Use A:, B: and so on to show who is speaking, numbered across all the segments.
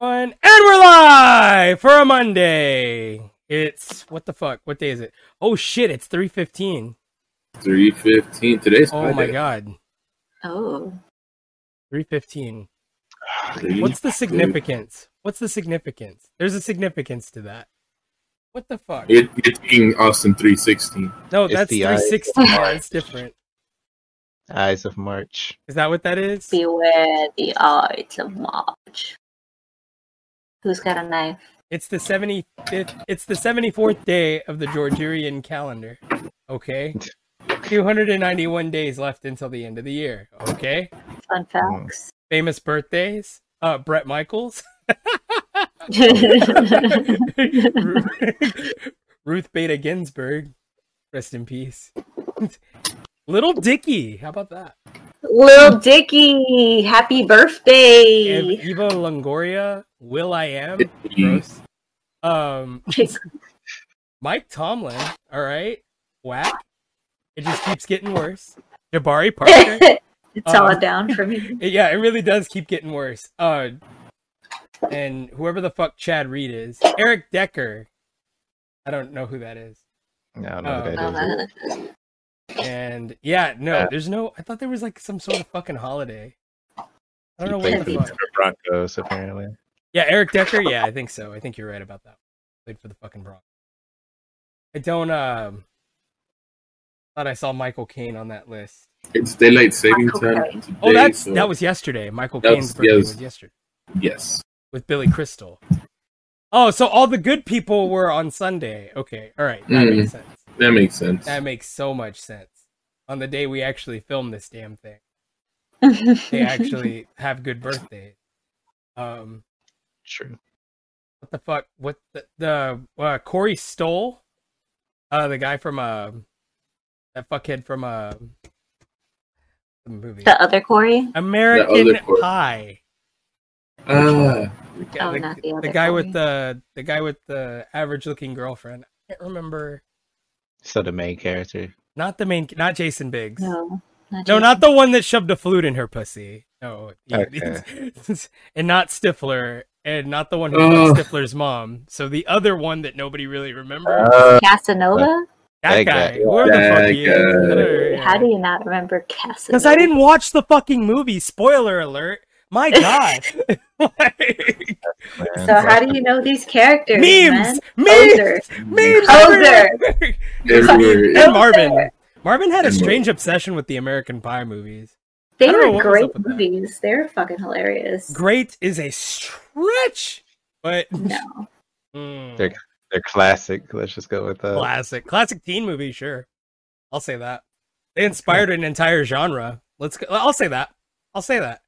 A: And we're live for a Monday. It's what the fuck? What day is it? Oh shit! It's three fifteen.
B: Three fifteen. Today's
A: Oh my god,
C: Oh,
A: three fifteen.
B: Three,
A: What's the significance? What's the significance? There's a significance to that. What the fuck?
B: It, you're taking Austin three sixteen.
A: No,
D: It's
A: that's
D: the
A: three
D: eye.
A: sixteen. It's different.
D: Eyes of March.
A: Is that what that is?
C: beware the eyes of March. Who's got a knife?
A: It's the seventy fifth. It's the seventy fourth day of the Georgian calendar. Okay. Two hundred and ninety one days left until the end of the year. Okay.
C: Fun facts.
A: Famous birthdays. Uh, Brett Michaels. Ru- Ruth Bader Ginsburg, rest in peace. Little Dicky, how about that?
C: Lil Dicky, happy
A: Ev-
C: birthday!
A: Eva Longoria, Will I Am,
B: Gross.
A: gross. Um, Mike Tomlin, all right, whack. It just keeps getting worse. Jabari Parker,
C: it's all
A: Um,
C: down for me.
A: It- yeah, it really does keep getting worse. Uh, and whoever the fuck Chad Reed is, Eric Decker. I don't know who that is.
D: No, I don't know
A: Oh.
D: what that is.
C: Uh,
A: And yeah, no,
D: Uh,
A: there's no. I thought there was like some sort of fucking holiday. I don't know
D: He
A: what
D: played for
A: the
D: the
C: fuck.
D: Denver Broncos, apparently.
A: Yeah, Eric Decker. Yeah, I think so. I think you're right about that. Played for the fucking Broncos. I don't. Um, thought I saw Michael Caine on that list.
B: It's daylight saving
C: Michael
B: time.
C: Caine.
B: Today,
A: Oh, that's
B: so-
A: that was yesterday. Michael
B: That
A: Caine's
B: was-
A: birthday
B: yes.
A: was yesterday
B: yes.
A: with Billy Crystal. Oh, so all the good people were on Sunday. Okay, all right, that
B: Mm.
A: makes sense.
B: That makes sense.
A: That makes so much sense. On the day we actually filmed this damn thing. they actually have good birthdays. Um,
D: True.
A: what the fuck? What the, the uh, Corey Stoll, uh, the guy from uh, that fuckhead from uh, the movie
C: the other Corey?
A: American
B: other Corey.
A: Pie.
B: Ah,
A: The, guy-
C: Oh,
A: the-
C: not the
A: the
C: other
A: guy with
C: Corey.
A: the the guy with the average-looking girlfriend. I can't remember.
D: So the main character.
A: Not the main. Not Jason Biggs.
C: No, not
A: No,
C: Jason.
A: not the one that shoved a flute in her pussy. No,
D: Okay.
A: and not Stifler, and not the one who
B: Ugh.
A: fucked Stifler's mom. So the other one that nobody really remembers.
D: Uh,
C: Casanova.
A: that
D: that
A: guy.
D: guy.
A: Where the fuck
B: That
A: he
B: guy.
A: is?
C: How do you not remember Casanova?
A: Because I didn't watch the fucking movie. Spoiler alert. My God. Like,
D: man,
C: So how do you know these characters?
A: memes,
C: man?
A: memes, memes.
C: Poser.
A: everywhere.
B: everywhere.
A: and Marvin. Marvin had a
B: And
A: strange obsession with the American Pie movies. I
C: They
A: don't know
C: were
A: what was
C: great
A: up with that.
C: movies. They were fucking hilarious.
A: Great is a stretch, but
C: No,
A: Mm.
D: They're- They're classic. Let's just go with that.
A: classic, classic teen movie. Sure, I'll say that. They inspired an entire genre. Let's. Go, I'll say that. I'll say that.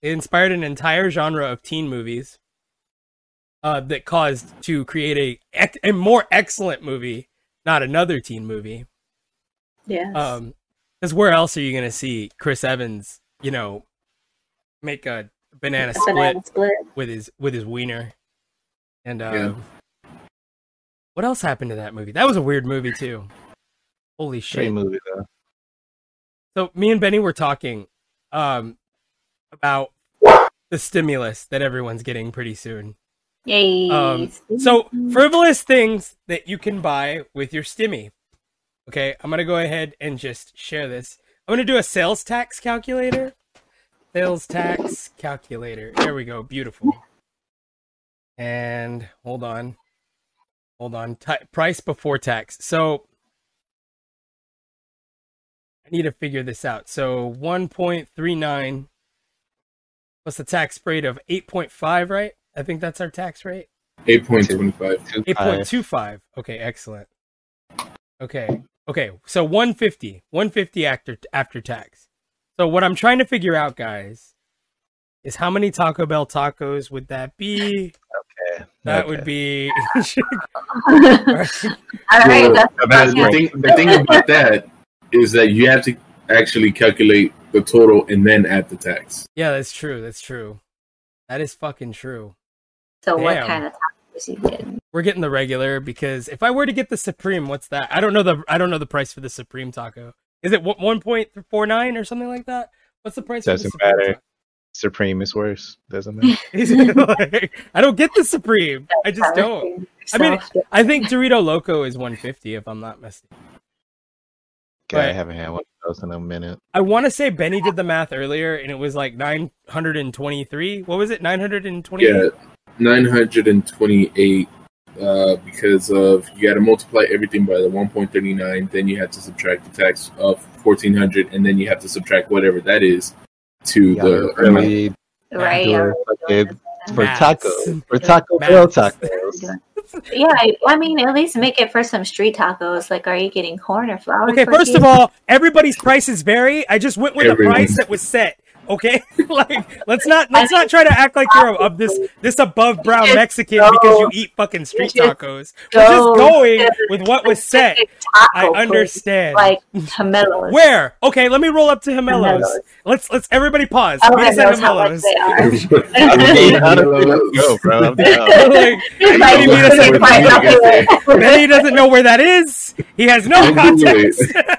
A: They inspired an entire genre of teen movies. Uh, that caused to create a ec- a more excellent movie, not another teen movie.
C: yes.
A: Um, because where else are you gonna see Chris Evans? You know, make a banana
C: A
A: split
C: banana split.
A: with his with his wiener. And um,
B: Yeah.
A: what else happened to that movie? That was a weird movie too. Holy
D: Great
A: shit!
D: movie though.
A: So me and Benny were talking um, about the stimulus that everyone's getting pretty soon.
C: Yay.
A: Um, So frivolous things that you can buy with your stimmy. Okay, I'm gonna go ahead and just share this. I'm gonna do a sales tax calculator. Sales tax calculator. There we go. Beautiful. And hold on, hold on. Ti price before tax. So I need to figure this out. So 1.39 plus the tax rate of 8.5, right? I think that's our tax rate.
B: Eight point twenty five.
D: Two
A: Eight point
D: five.
A: two five. Okay, excellent. Okay, okay. So one fifty, one fifty after after tax. So what I'm trying to figure out, guys, is how many Taco Bell tacos would that be?
D: Okay.
A: That
D: Okay.
A: would be.
C: All right, that's
B: But the thing, the thing about that is that you have to actually calculate the total and then add the tax.
A: yeah, that's true. That's true. That is fucking true.
C: so. What
A: Damn.
C: kind of tacos you did?
A: We're getting the regular because if I were to get the supreme, what's that? I don't know the I don't know the price for the supreme taco. Is it one point four nine or something like that? What's the price? for the
D: Doesn't
A: Supreme
D: matter.
A: taco?
D: Supreme is worse, doesn't it?
A: Like, I don't get the Supreme. I just don't. I mean, I think Dorito Loco is 150 if I'm not mistaken.
D: God, I
A: Right.
D: haven't had one of those in a minute.
A: I want to say Benny did the math earlier and it was like 923. What was it? 920?
B: Yeah, 928 uh, because of you got to multiply everything by the 1.39, then you have to subtract the tax of 1400, and then you have to subtract whatever that is to
D: Y'all
B: the amount.
D: really
C: right?
D: do
C: I
D: it
C: really
D: fucking-
C: don't understand.
D: for
A: Maths.
D: taco for Taco Bell
A: Maths.
D: tacos.
C: Yeah, I, I mean, at least make it for some street tacos. Like, are you getting corn or flour?
A: Okay, first
C: tortillas?
A: of all, everybody's prices vary. I just went with a
B: Everyone.
A: price that was set. Okay, like let's not let's not try to act like you're of this this above brown
C: Just
A: Mexican
C: go.
A: because you eat fucking street
C: Just
A: tacos. We're just going with what was set.
C: Specific
A: I
C: taco place,
A: understand.
C: Like Jamelos.
A: Where? Okay, let me roll up to Jamelos.
C: Jamelos.
A: Let's let's everybody pause.
C: Oh, I don't
A: Where's
C: know
A: that
C: how much
A: Jamelos?
C: they are.
D: I mean, how do we
B: Hello.
D: go, bro? I'm
A: Like,
D: down.
C: Like,
A: mean, that's
C: it's like
B: what
C: quite
B: you guys
C: nothing.
A: Benny doesn't know where that is. He has no
B: I'll Google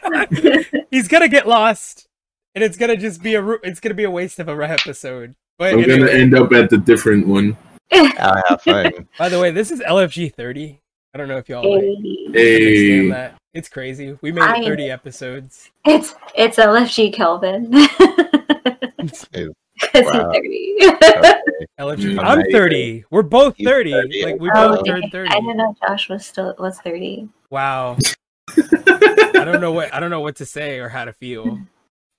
A: context. He's gonna get lost, and it's gonna just be a ru- it's gonna be a waste of a episode. But
B: I'm going
A: anyway.
B: to end up at the different one.
D: I'll have fun.
A: By the way, this is LFG 30. I don't know if y'all like,
C: Hey,
B: Hey,
A: understand that. It's crazy. We made it
C: I-
A: 30 episodes.
C: It's it's LFG Kelvin.
D: Ew.
C: Because
D: Wow.
C: he's 30.
D: Okay.
A: LFG.
B: Mm.
A: I'm
D: Amazing.
A: 30. We're both
D: He's
A: 30.
D: 30.
A: Like we
C: Oh,
D: uh,
A: both
C: dang.
A: turned 30.
C: I didn't know Josh was still was thirty.
A: Wow. I don't know what I don't know what to say or how to feel.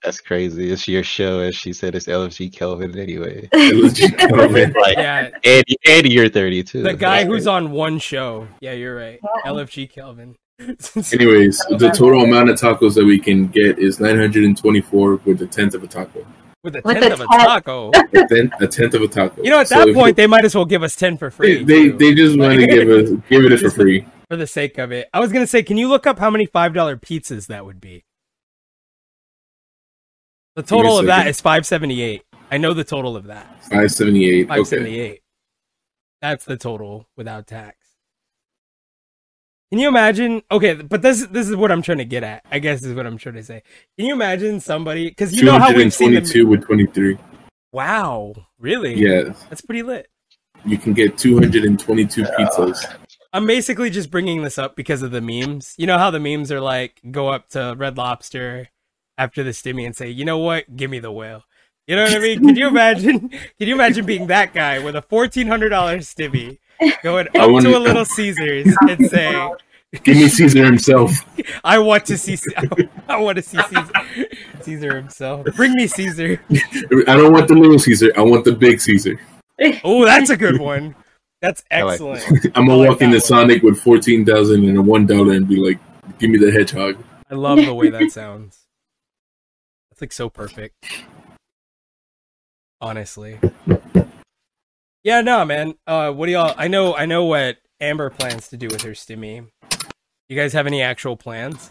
D: That's crazy. It's your show, as she said. It's LFG Kelvin anyway.
B: Legit comment.
D: Like,
A: Yeah,
D: and, and you're 32.
A: the guy
D: That's
A: who's
D: crazy.
A: on one show. Yeah, you're right. LFG Kelvin.
B: Anyways, the total amount of tacos that we can get is 924 with a tenth of a taco.
A: With a
C: With
A: tenth
C: a
A: of a
C: tenth.
A: taco.
B: A tenth, a tenth of a taco.
A: You know, at
B: So
A: that
B: if
A: point, they might as well give us 10 for
B: They,
A: free.
B: they,
A: too.
B: they just want to give us give it for free.
A: for the sake of it. I was gonna say, can you look up how many five dollar pizzas that would be? The
B: me a
A: total of that
B: second.
A: is five seventy eight. I know the total of that.
B: Five seventy eight.
A: Five
B: Okay.
A: seventy eight. That's the total without tax. Can you imagine? Okay, but this this is what I'm trying to get at. I guess is what I'm trying to say. Can you imagine somebody? Because you
B: Two
A: know how
B: hundred
A: we've
B: and
A: seen
B: twenty
A: the
B: two with twenty three.
A: wow, really?
B: Yeah,
A: that's pretty lit.
B: you can get two hundred and twenty two pizzas.
A: I'm basically just bringing this up because of the memes. You know how the memes are like go up to Red Lobster after the stimmy and say, "You know what? Give me the whale." You know what I mean? Can you imagine? Can you imagine being that guy with a fourteen hundred dollar stimmy, going
B: I
A: up
B: wanna-
A: to a Little Caesars and saying,
B: Give me Caesar himself.
A: "I want to see, Ce- I want to see Caesar, Caesar himself. Bring me Caesar."
B: I don't want the little Caesar. I want the big Caesar.
A: Oh, that's a good one. That's
D: I like
A: excellent.
B: I'm gonna
A: I like
B: walk into
A: that one.
B: Sonic with fourteen thousand and a one dollar and be like, "Give me the hedgehog."
A: I love the way that sounds. That's like so perfect. Honestly. Yeah, no, man. Uh what do y'all I know I know what Amber plans to do with her stimmy. You guys have any actual plans?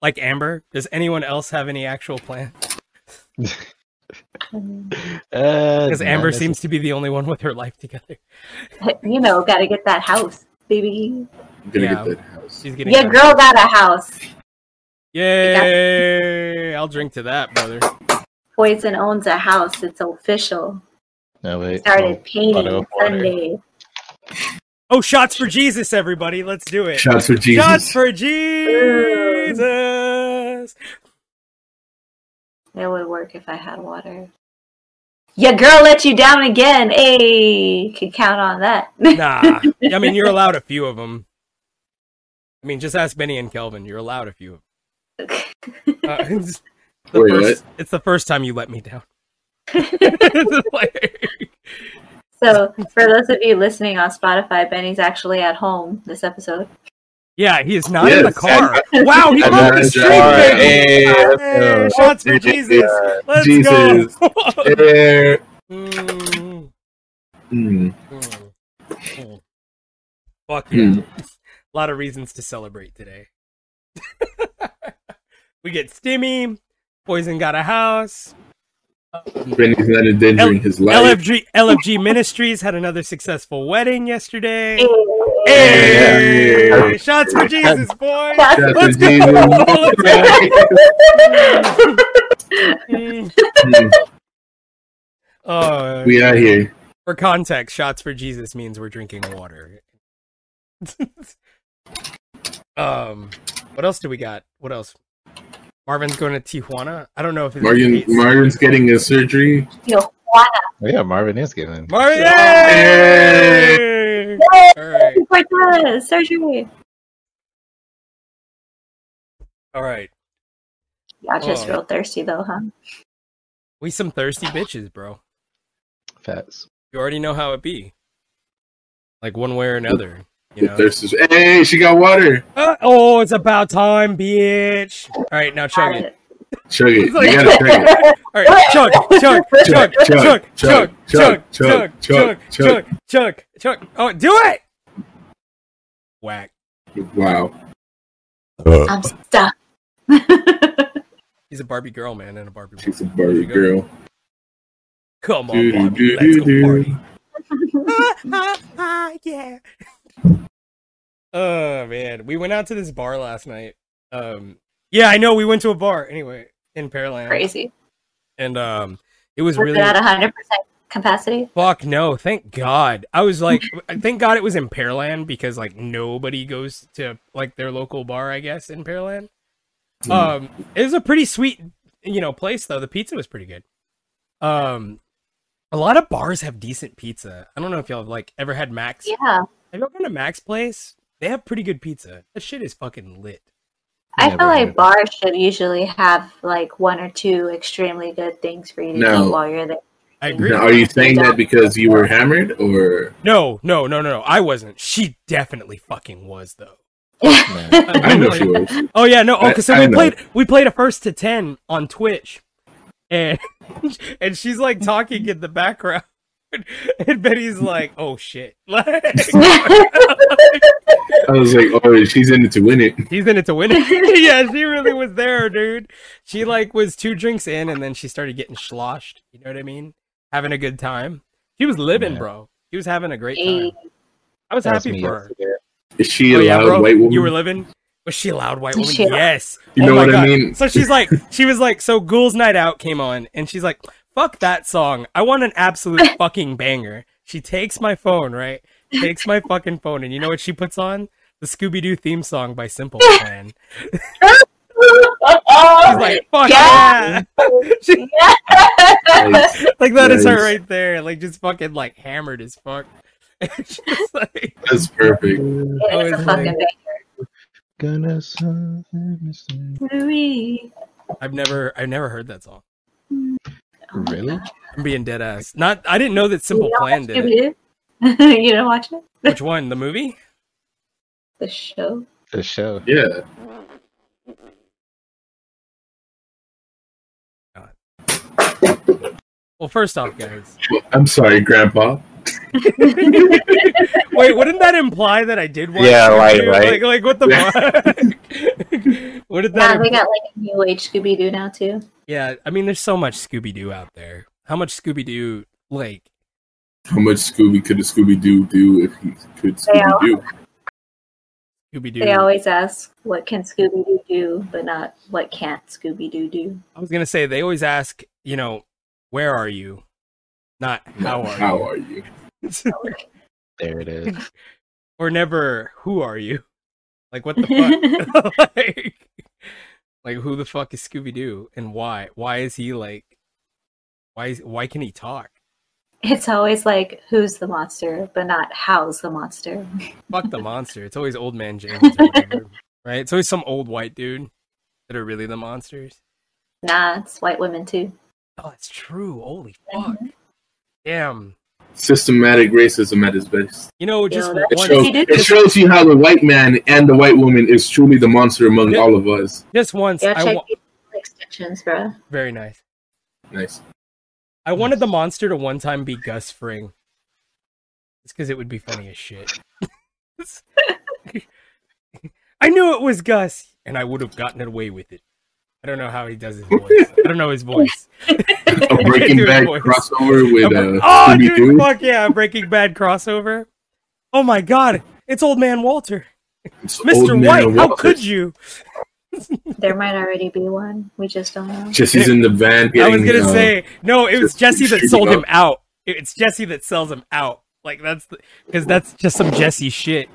A: Like Amber, does anyone else have any actual plan?
D: Uh,
A: Because
D: not
A: Amber
D: necessarily.
A: seems to be the only one with her life together.
C: you know, gotta get that house, baby.
B: I'm gonna
A: Yeah.
B: get that house.
A: She's getting
C: Your girl got a house.
A: Yay! I'll drink to that, brother.
C: Poison owns a house. It's official.
D: No, wait.
C: Started
D: Oh, bottle
C: painting
D: of water.
C: Sunday.
A: Oh, shots for Jesus, everybody. Let's do it.
B: Shots for Jesus.
A: Shots for Jesus.
C: That would work if I had water. Your girl let you down again. Hey, you can count on that.
A: Nah, I mean you're allowed a few of them. I mean, just ask Benny and Kelvin. You're allowed a few of them. Uh, it's, the
B: Wait,
A: first, it's the first time you let me down. Like,
C: So, for those of you listening on Spotify, Benny's actually at home this episode.
A: yeah, he is not in the
B: Yes,
A: car. wow, he
B: I'm
A: left
B: not
A: the
B: in
A: street,
B: the car.
A: baby.
D: Hey, let's
A: Hey,
D: go.
A: shots for Jesus. Let's
B: Jesus.
A: go.
B: There.
A: Mm, mm,
B: Mm.
A: mm. Fuck yeah.
B: Mm.
A: a lot of reasons to celebrate today. we get Stimmy, Poison got a house,
B: Benny's not endangering his life.
A: LFG LFG Ministries had another successful wedding yesterday.
B: Hey!
A: Hey! Shots for Jesus, boy!
B: Shots
A: Let's
B: for Jesus.
A: go!
B: Mm.
A: Oh,
B: We out here.
A: for context, shots for Jesus means we're drinking water. um, what else do we got? What else? Marvin's going to Tijuana. I don't know if it's
B: Marvin, Marvin's getting a surgery.
C: Yo,
D: Oh, yeah, Marvin is getting.
A: Marvin.
B: Yay!
A: Yay!
C: Yay!
A: All right.
C: Like this, surgery.
A: All right.
C: Y'all just
A: Oh.
C: real thirsty though, huh?
A: We some thirsty bitches, bro.
D: Facts.
A: You already know how it be. Like one way or another. You
B: The
A: know?
B: thirst is- Hey, she got water.
A: Uh, oh, it's about time, bitch. All right, now chug it.
B: Chug it. You
A: It's like-
B: gotta chug it.
A: All right, chug, chug, chug, chug, chug, chug, chug, chug, chug, chug, chug. Oh, do it! Whack.
B: Wow.
C: I'm stuck.
A: He's a Barbie girl, man, and a Barbie boy.
B: She's a
A: There
B: Barbie
A: you go.
B: girl.
A: Come on,
B: Doo-doo,
A: Barbie, let's go
B: doo-doo-doo.
A: party. ah, ah, ah, yeah. Oh man, we went out to this bar last night. Um, yeah, I know we went to a bar anyway in Pearland,
C: Crazy.
A: and um, it was
C: Was
A: really
C: it at 100% capacity?
A: fuck no. Thank God, I was like, thank God it was in Pearland because like nobody goes to like their local bar, I guess, in Pearland.
B: Hmm.
A: Um, it was a pretty sweet, you know, place though. The pizza was pretty good. Um, a lot of bars have decent pizza. I don't know if y'all have like ever had Max.
C: Yeah.
A: Have y'all been to Max Place? They have pretty good pizza. That shit is fucking lit.
C: I
D: Never
C: feel
D: heard
C: like
D: of
C: bars should usually have like one or two extremely good things for you to
B: No.
C: eat while you're there.
A: I agree.
B: Now, are you saying that because you were hammered or?
A: No, no, no, no, no. I wasn't. She definitely fucking was though.
D: it.
B: I know she was.
A: Oh yeah, no. Oh, 'cause so
B: I- I
A: we
B: know.
A: played we played a first to ten on Twitch, and and she's like talking in the background, and Betty's like, "Oh shit." Like,
B: I was like, oh, she's in it to win it.
A: He's in it to win it. yeah, she really was there, dude. She like was two drinks in and then she started getting sloshed. You know what I mean? Having a good time. She was living,
D: Yeah.
A: bro. She was having a great
C: Hey.
A: time. I was
D: That was
A: happy
D: me
A: for her.
D: yesterday.
B: Is she
A: Oh,
B: a
A: yeah,
B: loud
A: bro.
B: white woman?
A: You were living? Was she a loud white
C: Was
A: woman?
C: she a-
A: yes.
B: You
A: Oh
B: know
A: my
B: what I
A: God.
B: mean?
A: So she's like, she was like, so Ghouls Night Out came on and she's like, fuck that song. I want an absolute fucking banger. She takes my phone, right? Takes my fucking phone. And you know what she puts on? The Scooby Doo theme song by Simple Plan. She's like, fuck
C: Yeah.
A: yeah. She-
B: Like,
A: like that is her
B: Nice.
A: right there. Like just fucking like hammered as fuck. She's like,
B: that's perfect.
C: It is a
A: Always
C: fucking
D: Gonna something
B: Oh,
D: missing.
C: bakery.
A: I've never I've never heard that song.
C: Oh
D: Really?
A: I'm being dead ass. Not I didn't know that Simple
C: you
A: Plan did it.
C: Scooby-Doo? you don't watch it?
A: Which one? The movie?
C: The show?
D: The show.
B: Yeah.
A: Well, first off, guys.
B: I'm sorry, Grandpa.
A: Wait, wouldn't that imply that I did watch?
D: Yeah, right,
A: Scooby-Doo?
D: right.
A: Like, like what the fuck? what did that?
C: Yeah, they
A: imply?
C: got like a new age Scooby Doo now too.
A: yeah, I mean, there's so much Scooby Doo out there. How much Scooby Doo? Like,
B: How much Scooby could a Scooby Doo do if he could
C: Yeah.
B: Scooby Doo?
A: Scooby
C: They
A: Doo.
C: always ask what can Scooby Doo do, but not what can't Scooby Doo do.
A: I was gonna say they always ask, you know, where are you? Not how are
B: How are you?
A: you?
D: There it is.
A: or never who are you? Like what the fuck? like, like, who the fuck is Scooby Doo and why? Why is he like? Why is why can he talk?
C: It's always like who's the monster, but not how's the monster.
A: Fuck the monster. It's always old man James, or whatever, right? It's always some old white dude that are really the monsters.
C: Nah, it's white women too.
A: Oh, it's true. Holy fuck! Damn.
B: Systematic racism at its best.
A: You know, just
C: Yo,
A: for
C: that-
B: It
A: one,
B: shows, it shows you how the white man and the white woman is truly the monster among
A: Yeah.
B: all of us.
A: just once,
C: Yeah,
A: I
C: check
A: wa-
C: these extensions, bro.
A: very nice.
B: Nice.
A: I wanted the monster to one time be Gus Fring. It's because it would be funny as shit. I knew it was Gus, and I would have gotten away with it. I don't know how he does his voice. I don't know his voice.
B: A Breaking
A: Dude,
B: Bad
A: boys.
B: crossover with
A: I'm-
B: uh,
A: oh,
B: Scooby
A: dude,
B: Doo.
A: fuck yeah, Breaking Bad crossover. Oh my god, it's Old Man Walter, Mr. White. How could you?
C: There might already be one. We just don't know.
B: Jesse's in the van.
A: I
B: Getting,
A: was gonna
B: uh,
A: say no. It was
B: just
A: Jesse that
B: shooting
A: sold him
B: up.
A: out. It- It's Jesse that sells him out. Like that's because that's just some Jesse shit.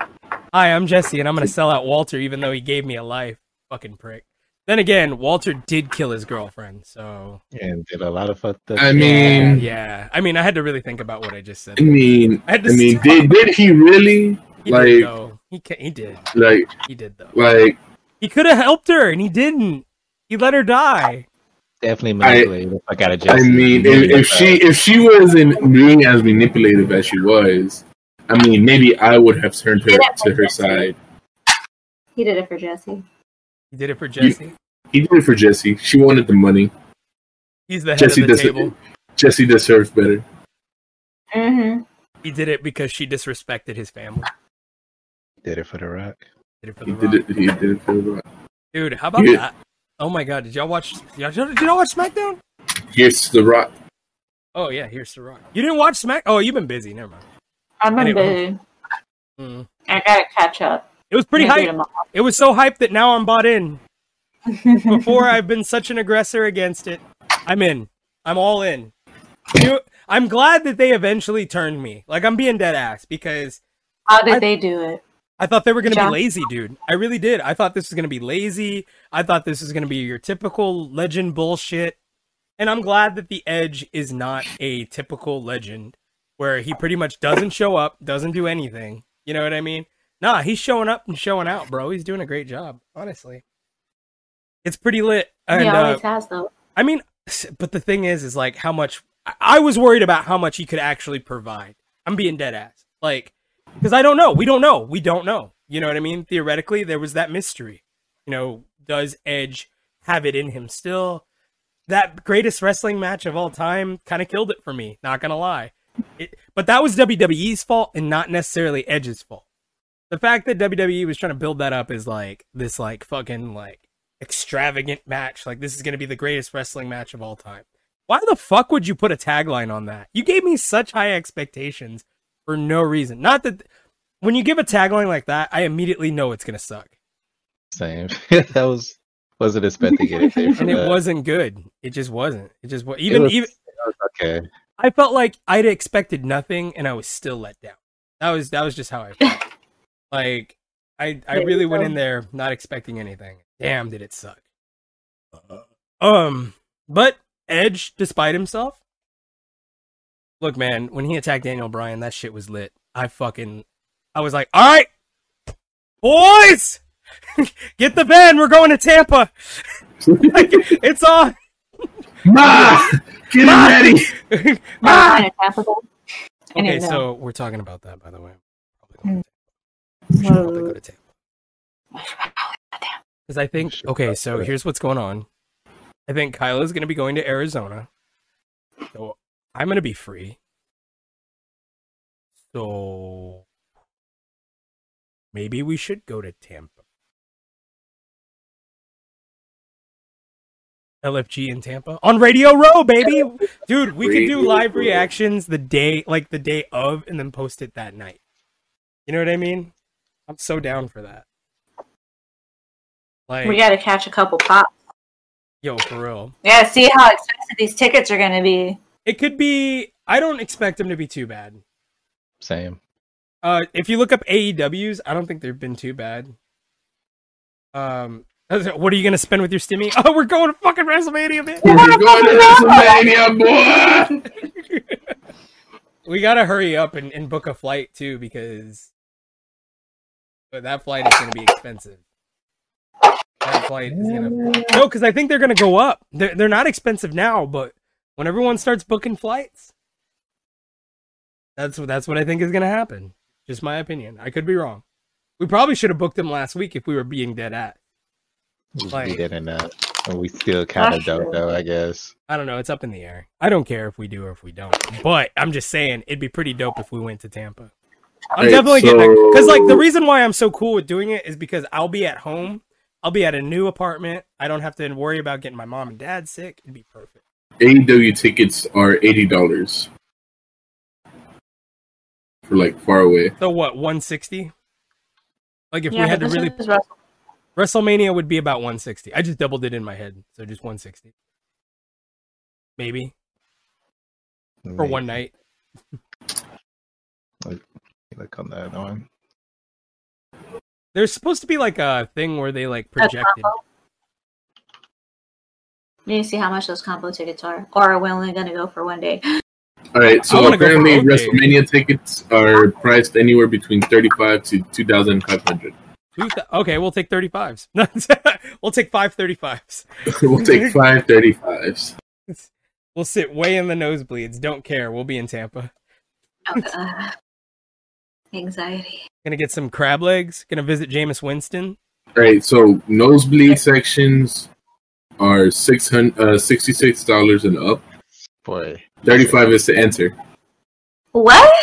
A: Hi, I'm Jesse, and I'm gonna sell out Walter, even though he gave me a life. Fucking prick. Then again, Walter did kill his girlfriend, so
D: and did a lot of fucked up.
B: I
D: shit.
B: mean,
A: yeah. I mean, I had to really think about what I just said.
B: I mean,
A: I had to
B: I mean,
A: stop.
B: did did he really
A: He
B: like-
A: did, though. he ca- he did
B: like
A: he did though.
B: like
A: He could have helped her, and he didn't. He let her die.
D: definitely manipulated. the fuck out of
B: I
D: Jesse.
B: mean, if, if she if she wasn't being as manipulative as she was, I mean, maybe I would have turned her to her side.
C: He did it for Jesse.
A: He did it for Jesse.
B: He did it for Jesse. She wanted the money.
A: He's the head
B: Jesse
A: of the
B: does it.
A: table.
B: Jesse deserves better.
C: Mm-hmm.
A: He did it because she disrespected his family.
D: did it for the rock.
A: Did it for
B: He
A: the
B: did
A: Rock.
B: it. He did it for the.
A: Dude, how about
B: Yeah.
A: that? Oh my god, did y'all watch? Y'all, did y'all watch SmackDown?
B: Here's the rock.
A: Oh yeah, here's the rock. You didn't watch Smack? Oh, you've been busy. Never mind.
C: I've been
A: Anyway.
C: busy.
A: Mm.
C: I gotta catch up.
A: It was pretty
C: Maybe
A: hype. It was so hype that now I'm bought in.
C: tomorrow.
A: Before I've been such an aggressor against it, I'm in. I'm all in. You, I'm glad that they eventually turned me. Like I'm being dead ass because
C: How did
A: I-
C: they do it?
A: I thought they were going to
C: Yeah.
A: be lazy, dude. I really did. I thought this was going to be lazy. I thought this was going to be your typical legend bullshit. And I'm glad that the Edge is not a typical legend where he pretty much doesn't show up, doesn't do anything. You know what I mean? Nah, he's showing up and showing out, bro. He's doing a great job, honestly. It's pretty lit. And
C: he
A: uh,
C: always has though.
A: I mean, but the thing is, is like how much I- I was worried about how much he could actually provide. I'm being dead ass, like, because I don't know. We don't know. We don't know. You know what I mean? Theoretically, there was that mystery. You know, does Edge have it in him still? That greatest wrestling match of all time kind of killed it for me. Not gonna lie, it, but that was WWE's fault and not necessarily Edge's fault. The fact that WWE was trying to build that up is like this, like fucking like extravagant match. Like this is going to be the greatest wrestling match of all time. Why the fuck would you put a tagline on that? You gave me such high expectations for no reason. Not that when you give a tagline like that, I immediately know it's going to suck.
D: Same. that was wasn't expecting anything. From
A: And it
D: that.
A: wasn't good. It just wasn't. It just was
D: It
A: even
D: was-
A: even
D: it was okay.
A: I felt like I'd expected nothing and I was still let down. That was that was just how I felt. like I I
C: There
A: really
C: you
A: went
C: go.
A: in there not expecting anything. Damn, did it suck.
B: Uh-huh.
A: Um, but Edge, despite himself, look, man, when he attacked Daniel Bryan, that shit was lit. I fucking, I was like, all right, boys, get the van, we're going to Tampa. like, it's all.
B: Ma, get it ready.
C: Ah! Kind of capital. I
A: Okay,
C: didn't know.
A: so we're talking about that, by the way.
C: Mm.
A: Probably go to Tampa.
C: Goddamn.
A: Because I think,
D: Sure,
A: okay,
D: that's
A: so
D: it.
A: here's what's going on. I think Kyla's going to be going to Arizona. So I'm going to be free. So maybe we should go to Tampa. LFG in Tampa on Radio Row, baby. Dude, we could do
B: Radio
A: live
B: Row.
A: reactions the day, like the day of, and then post it that night. You know what I mean? I'm so down for that. Like,
C: We gotta catch a couple pops.
A: yo, for real.
C: Yeah, see how expensive these tickets are gonna be.
A: It could be. I don't expect them to be too bad.
D: Same.
A: Uh, if you look up AEWs, I don't think they've been too bad. Um, what are you gonna spend with your stimmy? Oh, we're going to fucking WrestleMania, man.
B: We're going to WrestleMania, boy.
A: We gotta hurry up and, and book a flight too because but that flight is gonna be expensive. That flight is gonna no, because I think they're gonna go up. They're they're not expensive now, but when everyone starts booking flights, that's what that's what I think is gonna happen. Just my opinion. I could be wrong. We probably should have booked them last week if we were being dead at.
D: We
A: Like-
D: didn't know. And we still kind of don't know, I guess.
A: I don't know. It's up in the air. I don't care if we do or if we don't. But I'm just saying, it'd be pretty dope if we went to Tampa. I'm
B: Hey,
A: definitely getting
B: so-
A: because, like, the reason why I'm so cool with doing it is because I'll be at home. I'll be at a new apartment. I don't have to worry about getting my mom and dad sick. It'd be perfect.
B: AEW E tickets are eighty dollars for like far away.
A: So what? 160? Like, if
C: yeah,
A: we had
C: but
A: to
C: this
A: really,
C: is Wrestle-
A: WrestleMania would be about 160. I just doubled it in my head, so just 160. Maybe for one night.
D: Look on the other one.
A: There's supposed to be like a thing where they like
C: That's
A: projected.
C: We need to see how much those combo tickets are, or are we only going to go for one day?
B: All right,
A: I
B: so
A: wanna go for
B: apparently
A: both days.
B: WrestleMania tickets are priced anywhere between thirty-five to two thousand five hundred.
A: Two th- okay, we'll take 35s. we'll take five 35s.
B: we'll take five thirty-fives.
A: We'll sit way in the nosebleeds. Don't care. We'll be in Tampa.
C: Oh, God. Anxiety.
A: Gonna get some crab legs. Gonna visit Jameis Winston.
B: All right, so nosebleed sections are six hundred uh, sixty-six dollars and up.
D: Boy.
B: Thirty-five is to enter.
C: What?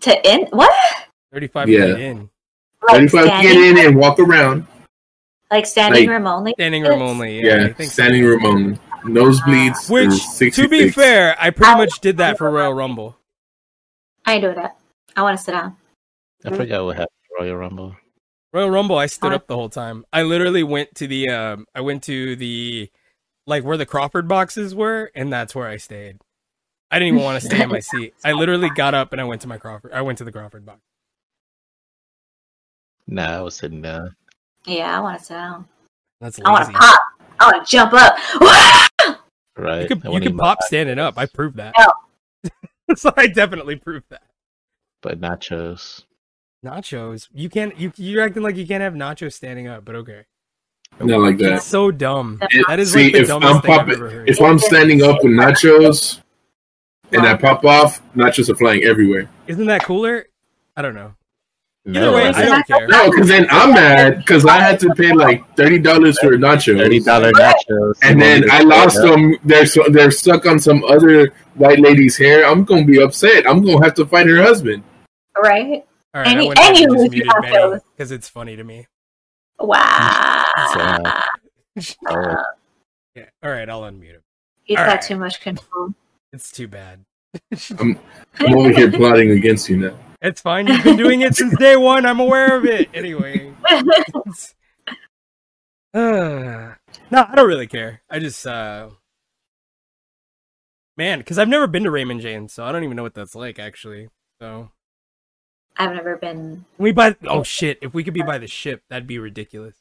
C: To end? What?
A: 35
B: Yeah.
A: feet in.
C: Like
B: Thirty-five to get
C: standing,
B: in and walk around.
C: like standing
B: Like-
C: room only?
A: Standing room only. Yeah, I
B: Yeah,
A: think so.
B: standing room only. Nosebleeds.
A: Which,
B: is 66.
A: to be fair, I pretty much did that for Royal Rumble.
C: I do that. I want to sit down.
D: I forgot what happened to Royal Rumble.
A: Royal Rumble, I stood up the whole time. I literally went to the, um, I went to the, like where the Crawford boxes were, and that's where I stayed. I didn't even want to stay in my seat. I literally got up and I went to my Crawford. I went to the Crawford box.
D: Nah, I was sitting down.
C: Yeah, I want to sit down.
A: That's
C: I want
A: lazy.
C: to pop. I want to jump up.
A: You
D: Right.
A: could,
D: I
A: you
D: wanna
A: could
D: eat
A: pop standing up. I proved that. so I definitely proved that.
D: but nachos.
A: Nachos. You can't. You you're acting like you can't have nachos standing up, but okay.
B: Not like that.
A: It's so dumb.
B: It-
A: That is
B: see,
A: like the
B: if
A: dumbest
B: I'm
A: thing I've
B: popping-
A: ever heard.
B: If I'm standing up with nachos and I pop off, nachos are flying everywhere.
A: Isn't that cooler? I don't know. Either
D: No,
A: way,
D: I
A: I
D: think
A: don't care.
B: No, because then I'm mad because I had to pay like thirty dollars for nachos,
D: thirty dollar nachos.
B: and then I lost them. They're so, they're stuck on some other white lady's hair. I'm gonna be upset. I'm gonna have to fight her husband.
C: right?
A: All right,
C: And
A: I
C: you-
A: went back
C: and you
A: and just
C: lose
A: muted
C: nachos.
A: Benny because it's funny to me.
C: Wow.
D: Oh,
A: Yeah. All right, I'll unmute him.
C: He's
A: All
C: got
A: right.
C: too much control.
A: It's too bad.
B: I'm over here plotting against you now.
A: It's fine. You've been doing it since day one. I'm aware of it. Anyway. Uh, no, I don't really care. I just, uh, man, because I've never been to Raymond James, so I don't even know what that's like actually. So
C: I've never been.
A: we buy. Oh shit! If we could be by the ship, that'd be ridiculous.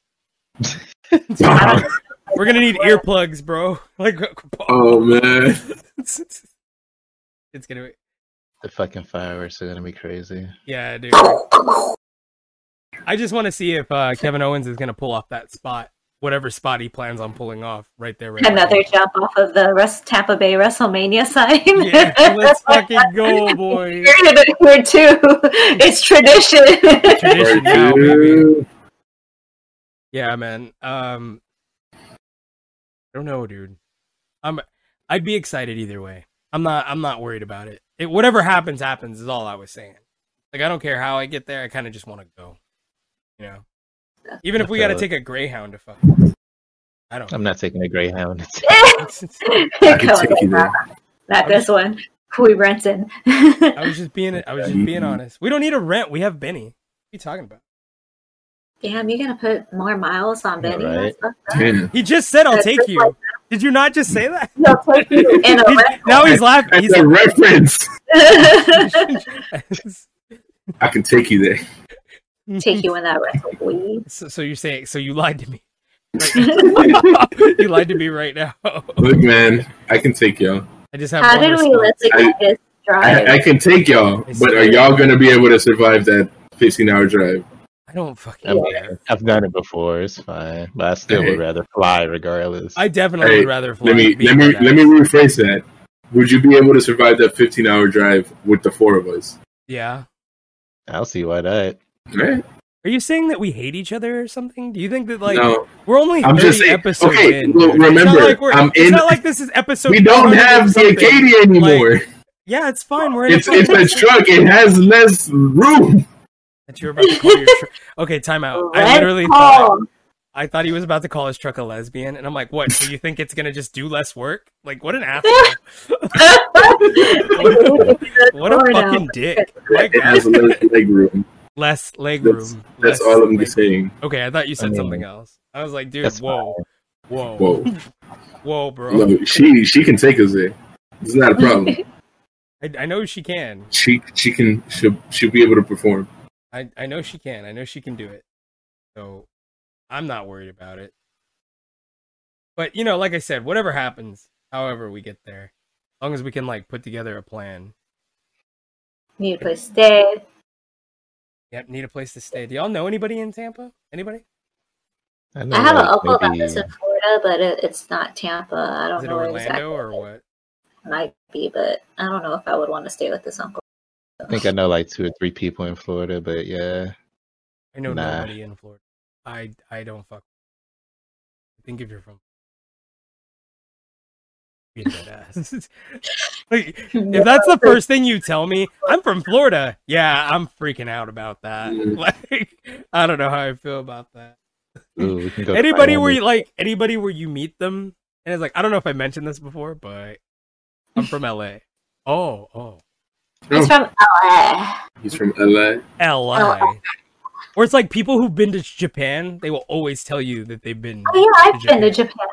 C: I don't,
A: We're gonna need earplugs, bro. Like,
B: oh man,
A: it's gonna. Be,
D: the fucking fireworks are gonna be crazy.
A: yeah, dude. I just want to see if uh, Kevin Owens is gonna pull off that spot, whatever spot he plans on pulling off, right there. Right now.
C: another jump off of the Res- Tampa Bay WrestleMania sign.
A: Yeah, let's fucking go, boy.
C: You're in it here too. It's tradition.
A: Tradition now, baby.
B: Dude,
A: Yeah, man. Um, I don't know, dude. I'm. I'd be excited either way. I'm not. I'm not worried about it. It whatever happens, happens. Is all I was saying. Like I don't care how I get there. I kind of just want to go. You know, even if we got to take a greyhound to fuck. I don't.
D: I'm not taking a Greyhound.
B: I can take you there.
C: Not this one. We renting.
A: I was just being. I was just being
B: Mm-hmm.
A: honest. We don't need a rent. We have Benny. What are you talking about?
C: Damn, you're gonna put more miles on
D: Yeah,
C: Benny.
D: right.
B: Damn.
A: He just said I'll
C: That's
A: take
C: just like
A: you. Did you not just say that?
C: He'll take you in a
A: He- now he's laughing.
B: That's
A: He's
B: a reference.
C: rest.
B: I can take you there.
C: take you in that wrestle weed.
A: So, so you're saying so you lied to me.
C: How
A: you lied to me right now.
B: Look, man, I can take y'all.
A: I just have. one
C: did we let
A: response.
C: the
B: I-
C: guys drive?
B: I, I can take y'all, but are y'all gonna be able to survive that 15 hour drive?
A: I don't fucking.
D: I'm-
A: care.
D: I've done it before. It's fine, but I still
B: Hey.
D: would rather fly regardless.
A: I definitely
B: Hey,
A: would rather. fly
B: let me
A: than be
B: let me
A: like
B: let me
A: that.
B: rephrase that. Would you be able to survive that 15 hour drive with the four of us?
A: Yeah.
D: I'll see why not.
B: Right?
A: Are you saying that we hate each other or something? Do you think that like
B: no,
A: we're only
B: I'm
A: 30
B: just saying-
A: episodes
B: okay,
A: in? dude.
B: well,
A: It's not
B: remember,
A: like we're-
B: I'm
A: it's
B: in-
A: not like this is episode.
B: we don't
A: 400
B: have the
A: something.
B: Acadia anymore.
A: Yeah, it's fine. We're in
B: it's
A: a
B: it's
A: fucking-
B: a truck. It has less room.
A: That you're about to call your truck. Okay, timeout. I
C: Red
A: literally thought
C: Bull.
A: I thought he was about to call his truck a lesbian, and I'm like, what? So you think it's gonna just do less work? Like, what an asshole!
C: I hate you,
A: What a
C: Florida.
A: fucking dick! My
B: It
A: God.
B: has less leg room.
A: Less leg
B: That's-
A: room.
B: That's
A: less
B: all I'm
A: leg-
B: just saying.
A: Okay, I thought you said
D: mean,
A: something else. I was like, dude,
D: That's
A: whoa, whoa, whoa,
B: Whoa,
A: bro.
B: look, she she can take us there. It's not a problem.
A: I, I know she can.
B: she she can she'll, she'll be able to perform.
A: I, I know she can. I know she can do it. So I'm not worried about it. But you know, like I said, whatever happens, however we get there, as long as we can like put together a plan.
C: Need to play stay.
A: Yep, need a place to stay. Do y'all know anybody in Tampa? Anybody?
D: know,
C: I have an
D: like,
C: uncle that
D: maybe-
C: lives in Florida, but it, it's not Tampa. I don't
A: Is it
C: know
A: Orlando
C: exactly.
A: or what?
C: It might be, but I don't know if I would want to stay with this uncle.
D: I think I know like two or three people in Florida, but yeah,
A: I know
D: Nah.
A: nobody in Florida. I I don't fuck. I think if you're from, you're dead ass. like, if that's the first thing you tell me, I'm from Florida. Yeah, I'm freaking out about that.
B: Mm.
A: Like, I don't know how I feel about that.
D: Ooh, we can go to
A: Anybody where
D: Miami.
A: you like anybody where you meet them, and it's like I don't know if I mentioned this before, but I'm from LA. Oh, oh,
C: He's from Oh, LA.
B: He's from LA.
A: LA.
B: Uh,
A: Or it's like people who've been to Japan, they will always tell you that they've been.
C: Oh yeah, I've been to
A: Japan.
C: Japan.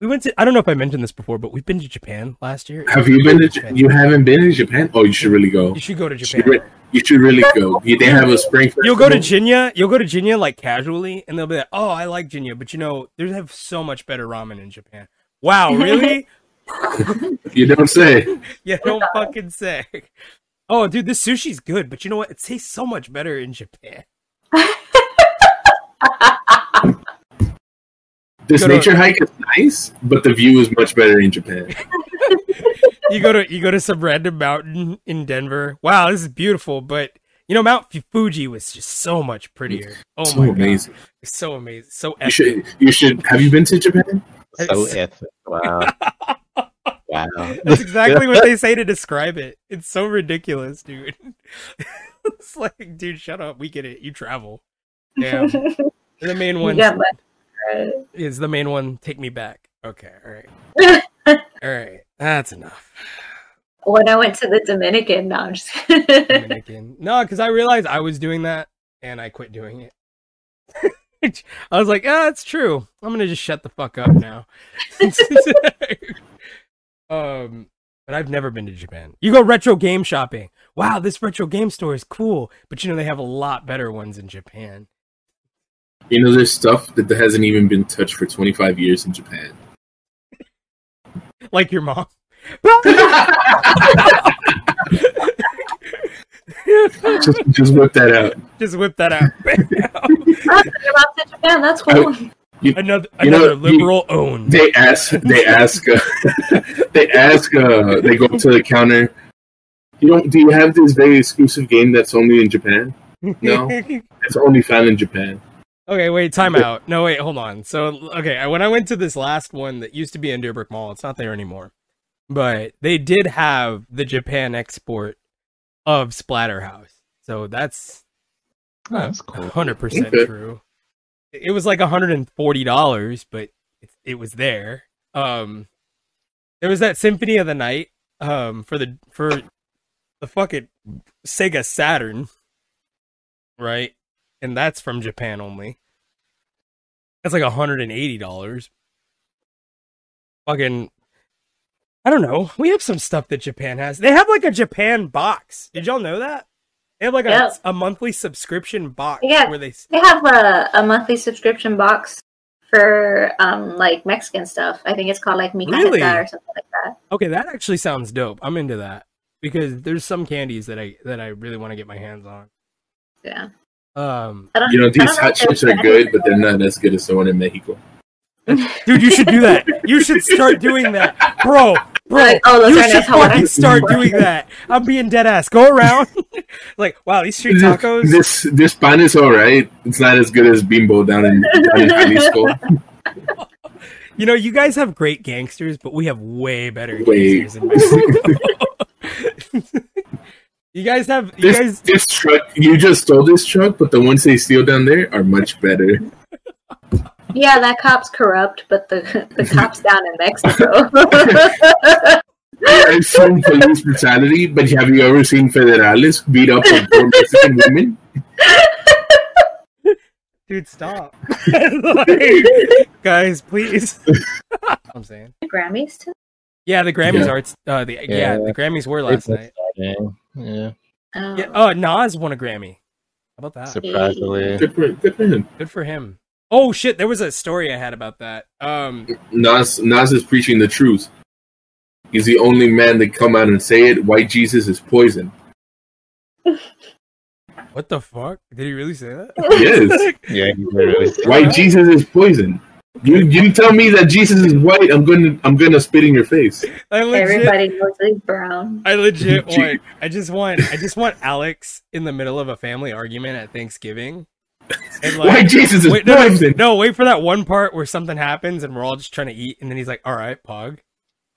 A: We went to. I don't know if I mentioned this before, but we've been to Japan last year.
B: Have you been to J-
A: Japan.
B: you haven't been to Japan? Oh, you should really go.
A: You should go to
B: should
A: Japan.
B: re- You should really go. You they have a spring.
A: You'll go to
B: festival.
A: Jinya. You'll go to Jinya like casually, and they'll be like, "Oh, I like Jinya, but you know, they have so much better ramen in Japan." Wow, really?
B: You don't say.
A: yeah, don't fucking say. Oh, dude, this sushi's good, but you know what? It tastes so much better in Japan.
B: This
A: Go to-
B: nature hike is nice, but the view is much better in Japan.
A: You go to you go to some random mountain in Denver. Wow, this is beautiful, but you know, Mount Fuji was just so much prettier. Oh
B: so
A: my god,
B: amazing.
A: it's so amazing, so
B: You
A: epic.
B: should. You should. Have you been to Japan?
D: So ethnic. Wow. wow.
A: That's exactly what they say to describe it. It's so ridiculous, dude. it's like, dude, shut up. We get it. You travel. Damn. the main
C: You
A: one
C: got my- right.
A: is the main one. Take me back. Okay. All right. All right. That's enough.
C: When I went to the Dominican, no, I'm just
A: Dominican. no, because I realized I was doing that and I quit doing it. I was like, ah, it's true. I'm gonna just shut the fuck up now. um, but I've never been to Japan. You go retro game shopping. Wow, this retro game store is cool, but you know they have a lot better ones in Japan.
B: You know, there's stuff that hasn't even been touched for 25 years in Japan.
A: Like your mom.
B: Just, just whip that out.
A: just whip that out.
C: Oh, you're about to Japan. That's cool.
A: another
B: You know,
A: another
B: you-
A: liberal own.
B: They ask. They ask. Uh, they ask. Uh, they go up to the counter. You don't. Do you have this very exclusive game that's only in Japan? No, it's only found in Japan.
A: Okay, wait, time out. No, wait, hold on. So, okay, I- when I went to this last one that used to be in Deerbrook Mall, it's not there anymore, but they did have the Japan export of Splatterhouse. So that's
D: Oh, that's cool.
A: 100%
B: Okay.
A: true. It was like $140, but it, it was there. Um, there was that Symphony of the Night um, for the for the fucking Sega Saturn, right? And that's from Japan only. That's like $180. Fucking I don't know. We have some stuff that Japan has. They have like a Japan box. Did y'all know that? They have like a,
C: Yeah.
A: a monthly subscription box
C: Yeah.
A: where they s-
C: They have a, a monthly subscription box for um like Mexican stuff. I think it's called like Mica
A: Really?
C: or something like that.
A: Okay, that actually sounds dope. I'm into that because there's some candies that I that I really want to get my hands on.
C: Yeah.
A: Um
C: I don't,
B: You know,
C: I don't
B: these hot
C: if there's
B: chips are
C: any-
B: good, but they're not as good as the one in Mexico.
A: dude, you should do that. You should start doing that. Bro, bro.
C: Like, oh, those
A: you
C: are
A: should
C: nice. How would I-
A: fucking start doing that. I'm being dead ass. Go around. like, wow, these street tacos.
B: This this pan is all right. It's not as good as Bimbo down in, down in Jalisco.
A: You know, you guys have great gangsters, but we have way better
B: Way.
A: gangsters in Mexico. you guys have you
B: This,
A: guys
B: this truck, you just stole this truck, but the ones they steal down there are much better.
C: Yeah, that cop's corrupt, but the the cops down in Mexico.
B: I assume police brutality, but have you ever seen federales beat up on poor Mexican women?
A: Dude, stop. Like, guys, please. I'm saying.
C: Grammys too?
A: Yeah, the Grammys
B: Yeah.
A: are. t- Uh, the, yeah.
D: Yeah.
A: the Grammys were last night.
D: Yeah, yeah.
C: Oh.
A: Yeah, oh, Nas won a Grammy. How about that?
D: Surprisingly,
B: Good for, good for him.
A: Good for him. Oh shit, there was a story I had about that. Um,
B: Nas, Nas is preaching the truth. He's the only man that come out and say it. White Jesus is poison.
A: what the fuck? Did he really say that?
B: Yes.
D: yeah, he literally.
B: White Jesus is poison. You you tell me that Jesus is white, I'm gonna I'm gonna spit in your face.
A: I oh, legit,
C: Everybody knows he's brown.
A: I legit
B: Gee.
A: want. I just want. I just want Alex in the middle of a family argument at Thanksgiving. And like,
B: White Jesus is
A: wait, no, no,
B: poison.
A: no, wait for that one part where something happens and we're all just trying to eat, and then he's like, "All right, Pog."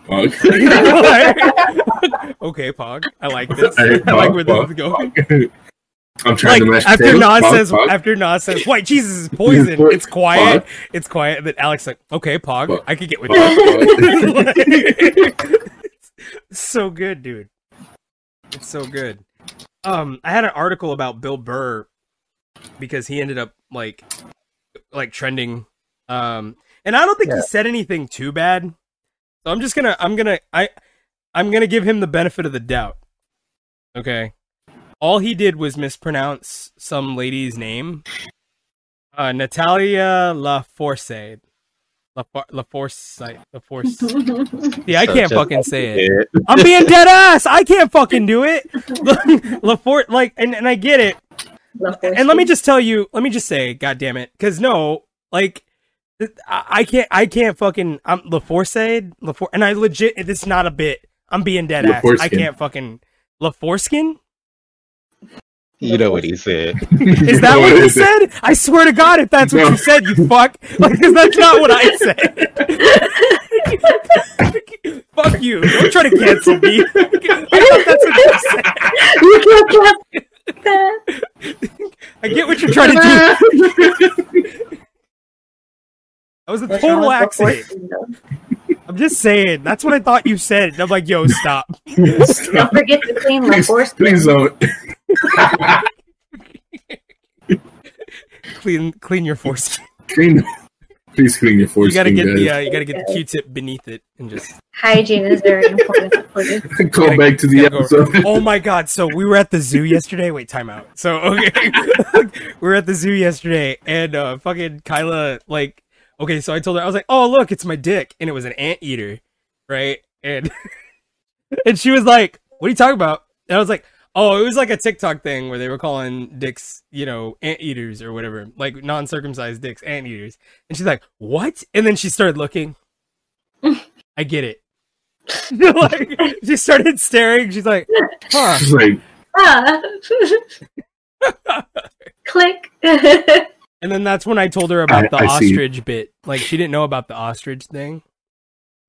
A: okay, Pog. I like this.
B: All right,
A: I like
B: Pog,
A: where this
B: Pog.
A: is going.
B: I'm trying
A: like
B: to match
A: after
B: potatoes.
A: Nas
B: Pog,
A: says
B: pog.
A: after Nas says white Jesus is poison,
B: po-
A: it's quiet,
B: Pog.
A: it's quiet. Then Alex like, okay, Pog,
B: Pog.
A: I could get with
B: Pog,
A: that. so good, dude. It's so good. Um, I had an article about Bill Burr because he ended up like like trending. Um, and I don't think he said anything too bad. So I'm just gonna I'm gonna I I'm gonna give him the benefit of the doubt. Okay. All he did was mispronounce some lady's name. Uh Natalia LaForce. LaFor- LaForce. LaForce. Yeah, I can't fucking say it. I'm being dead ass. I can't fucking do it. LaForce, like, and, and I get it and let me just tell you, let me just say, god damn it, because no, like, th- I, I can't, I can't fucking, I'm LaForcade, LaFor, and I legit, this is not a bit. I'm being dead ass. I
B: LaForeskin.
A: can't fucking LaForeskin.
D: You know what he said.
A: Is that what you said? I swear to God, if that's what
B: No.
A: you said, you fuck. Like, 'cause that's not what I said. fuck you. Don't try to cancel me. I thought that's what you said.
C: You can't clap that.
A: I get what you're trying to do. That was a
C: What's wrong
A: total
C: with
A: accident.
C: LaForce, though?
A: I'm just saying. That's what I thought you said. And I'm like, yo, stop.
C: Don't forget to clean
B: please,
C: LaForce.
B: please don't.
A: Clean, clean your foreskin.
B: Clean, please clean your
A: You
B: foreskin.
A: gotta get the, uh,
B: guys.
A: you gotta get the Q-tip beneath it and just.
C: Hygiene is very important. LaForce.
B: Call
A: gotta-
B: back to the
A: gotta go-
B: episode.
A: Oh my god! So we were at the zoo yesterday. Wait, time out. So okay, we were at the zoo yesterday, and uh, fucking Kyla, like, okay, so I told her I was like, oh look, it's my dick, and it was an anteater, right? And and she was like, what are you talking about? And I was like, oh, it was like a TikTok thing where they were calling dicks, you know, anteaters or whatever, like non-circumcised dicks anteaters. And she's like, what? And then she started looking. I get it. like, she started staring. She's like, huh.
B: She's like,
C: Ah. Click.
A: And then that's when I told her about
B: I-
A: the
B: I see.
A: ostrich bit. Like she didn't know about the ostrich thing.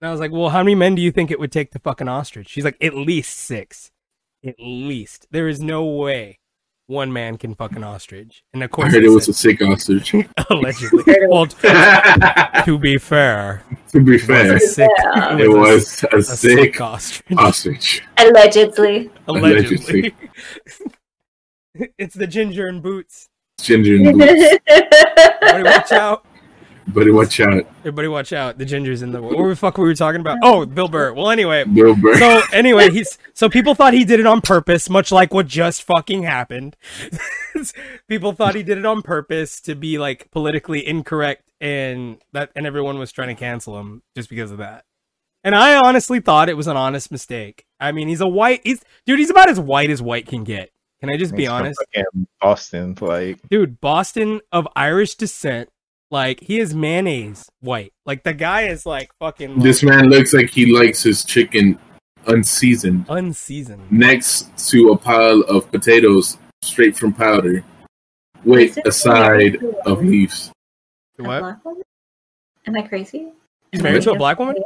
A: And I was like, "Well, how many men do you think it would take to fuck an ostrich?" She's like, "At least 6. At least. There is no way one man can fuck an ostrich." And of
B: I
A: course,
B: heard it
A: I
B: was a
A: said,
B: sick ostrich.
A: allegedly.
C: Heard it
A: well,
B: to
A: to be fair,
B: be
A: it was
B: fair,
A: a sick,
C: Yeah.
B: it was a,
A: a
B: sick,
A: ostrich.
B: ostrich.
C: Allegedly.
A: allegedly. it's the ginger and boots.
B: Ginger and blue.
C: That's
B: Mm-hmm.
A: Everybody watch out.
B: Buddy, watch out.
A: Everybody watch out. The ginger's in the What the fuck were we talking about? Oh, Bill Burr. Well, anyway,
B: Bill Burr.
A: so anyway, he's so people thought he did it on purpose, much like what just fucking happened. people thought he did it on purpose to be like politically incorrect and that and everyone was trying to cancel him just because of that. And I honestly thought it was an honest mistake. I mean, he's a white he's dude, he's about as white as white can get. Can I just be
D: He's from
A: honest?
D: fucking Boston, like
A: Dude, Boston of Irish descent, like he is mayonnaise white. Like the guy is like fucking like,
B: This man looks like he likes his chicken unseasoned,
A: unseasoned.
B: next to a pile of potatoes straight from powder, with a side of leaves.
A: What?
C: Am I crazy?
A: He's married to a black woman?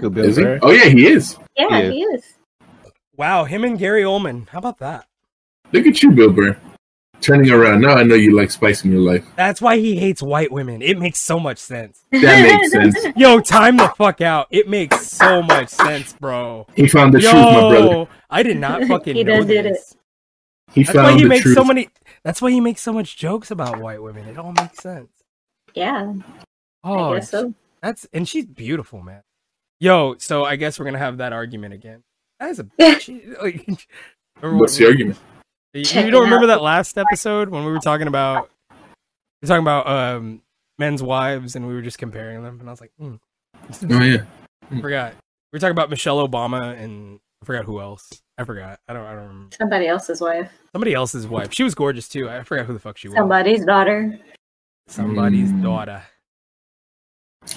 D: who Bill
B: Is he?
D: Burr.
B: Oh yeah, he is.
C: Yeah,
D: Yeah.
C: he is.
A: Wow, him and Gary Oldman. How about that?
B: Look at you, Bill Burr. Turning around. Now I know you like spice in your life.
A: That's why he hates white women. It makes so much sense.
B: That makes sense.
A: Yo, time the fuck out. It makes so much sense, bro.
B: He found the
A: Yo,
B: truth, my brother.
A: I did not fucking
C: He
A: know
C: done did
A: this.
B: He
A: That's why
B: found
A: he
B: the
A: makes
B: truth.
A: so many. That's why he makes so much jokes about white women. It all makes sense.
C: Yeah,
A: Oh,
C: I guess so.
A: that's and she's beautiful, man. Yo, so I guess we're gonna have that argument again. That is a she, like, remember
B: What's
A: when-
B: the argument?
A: You,
C: Check
A: you don't
C: it
A: remember
C: out.
A: that last episode when we were talking about we were talking about um men's wives and we were just comparing them and I was like, hmm,
B: Oh yeah.
A: I forgot. We were talking about Michelle Obama and I forgot who else. I forgot. I don't. I don't remember.
C: Somebody else's wife,
A: Somebody else's wife. She was gorgeous too. I forgot who the fuck she was.
C: somebody's daughter.
A: Somebody's
B: Mm.
A: daughter.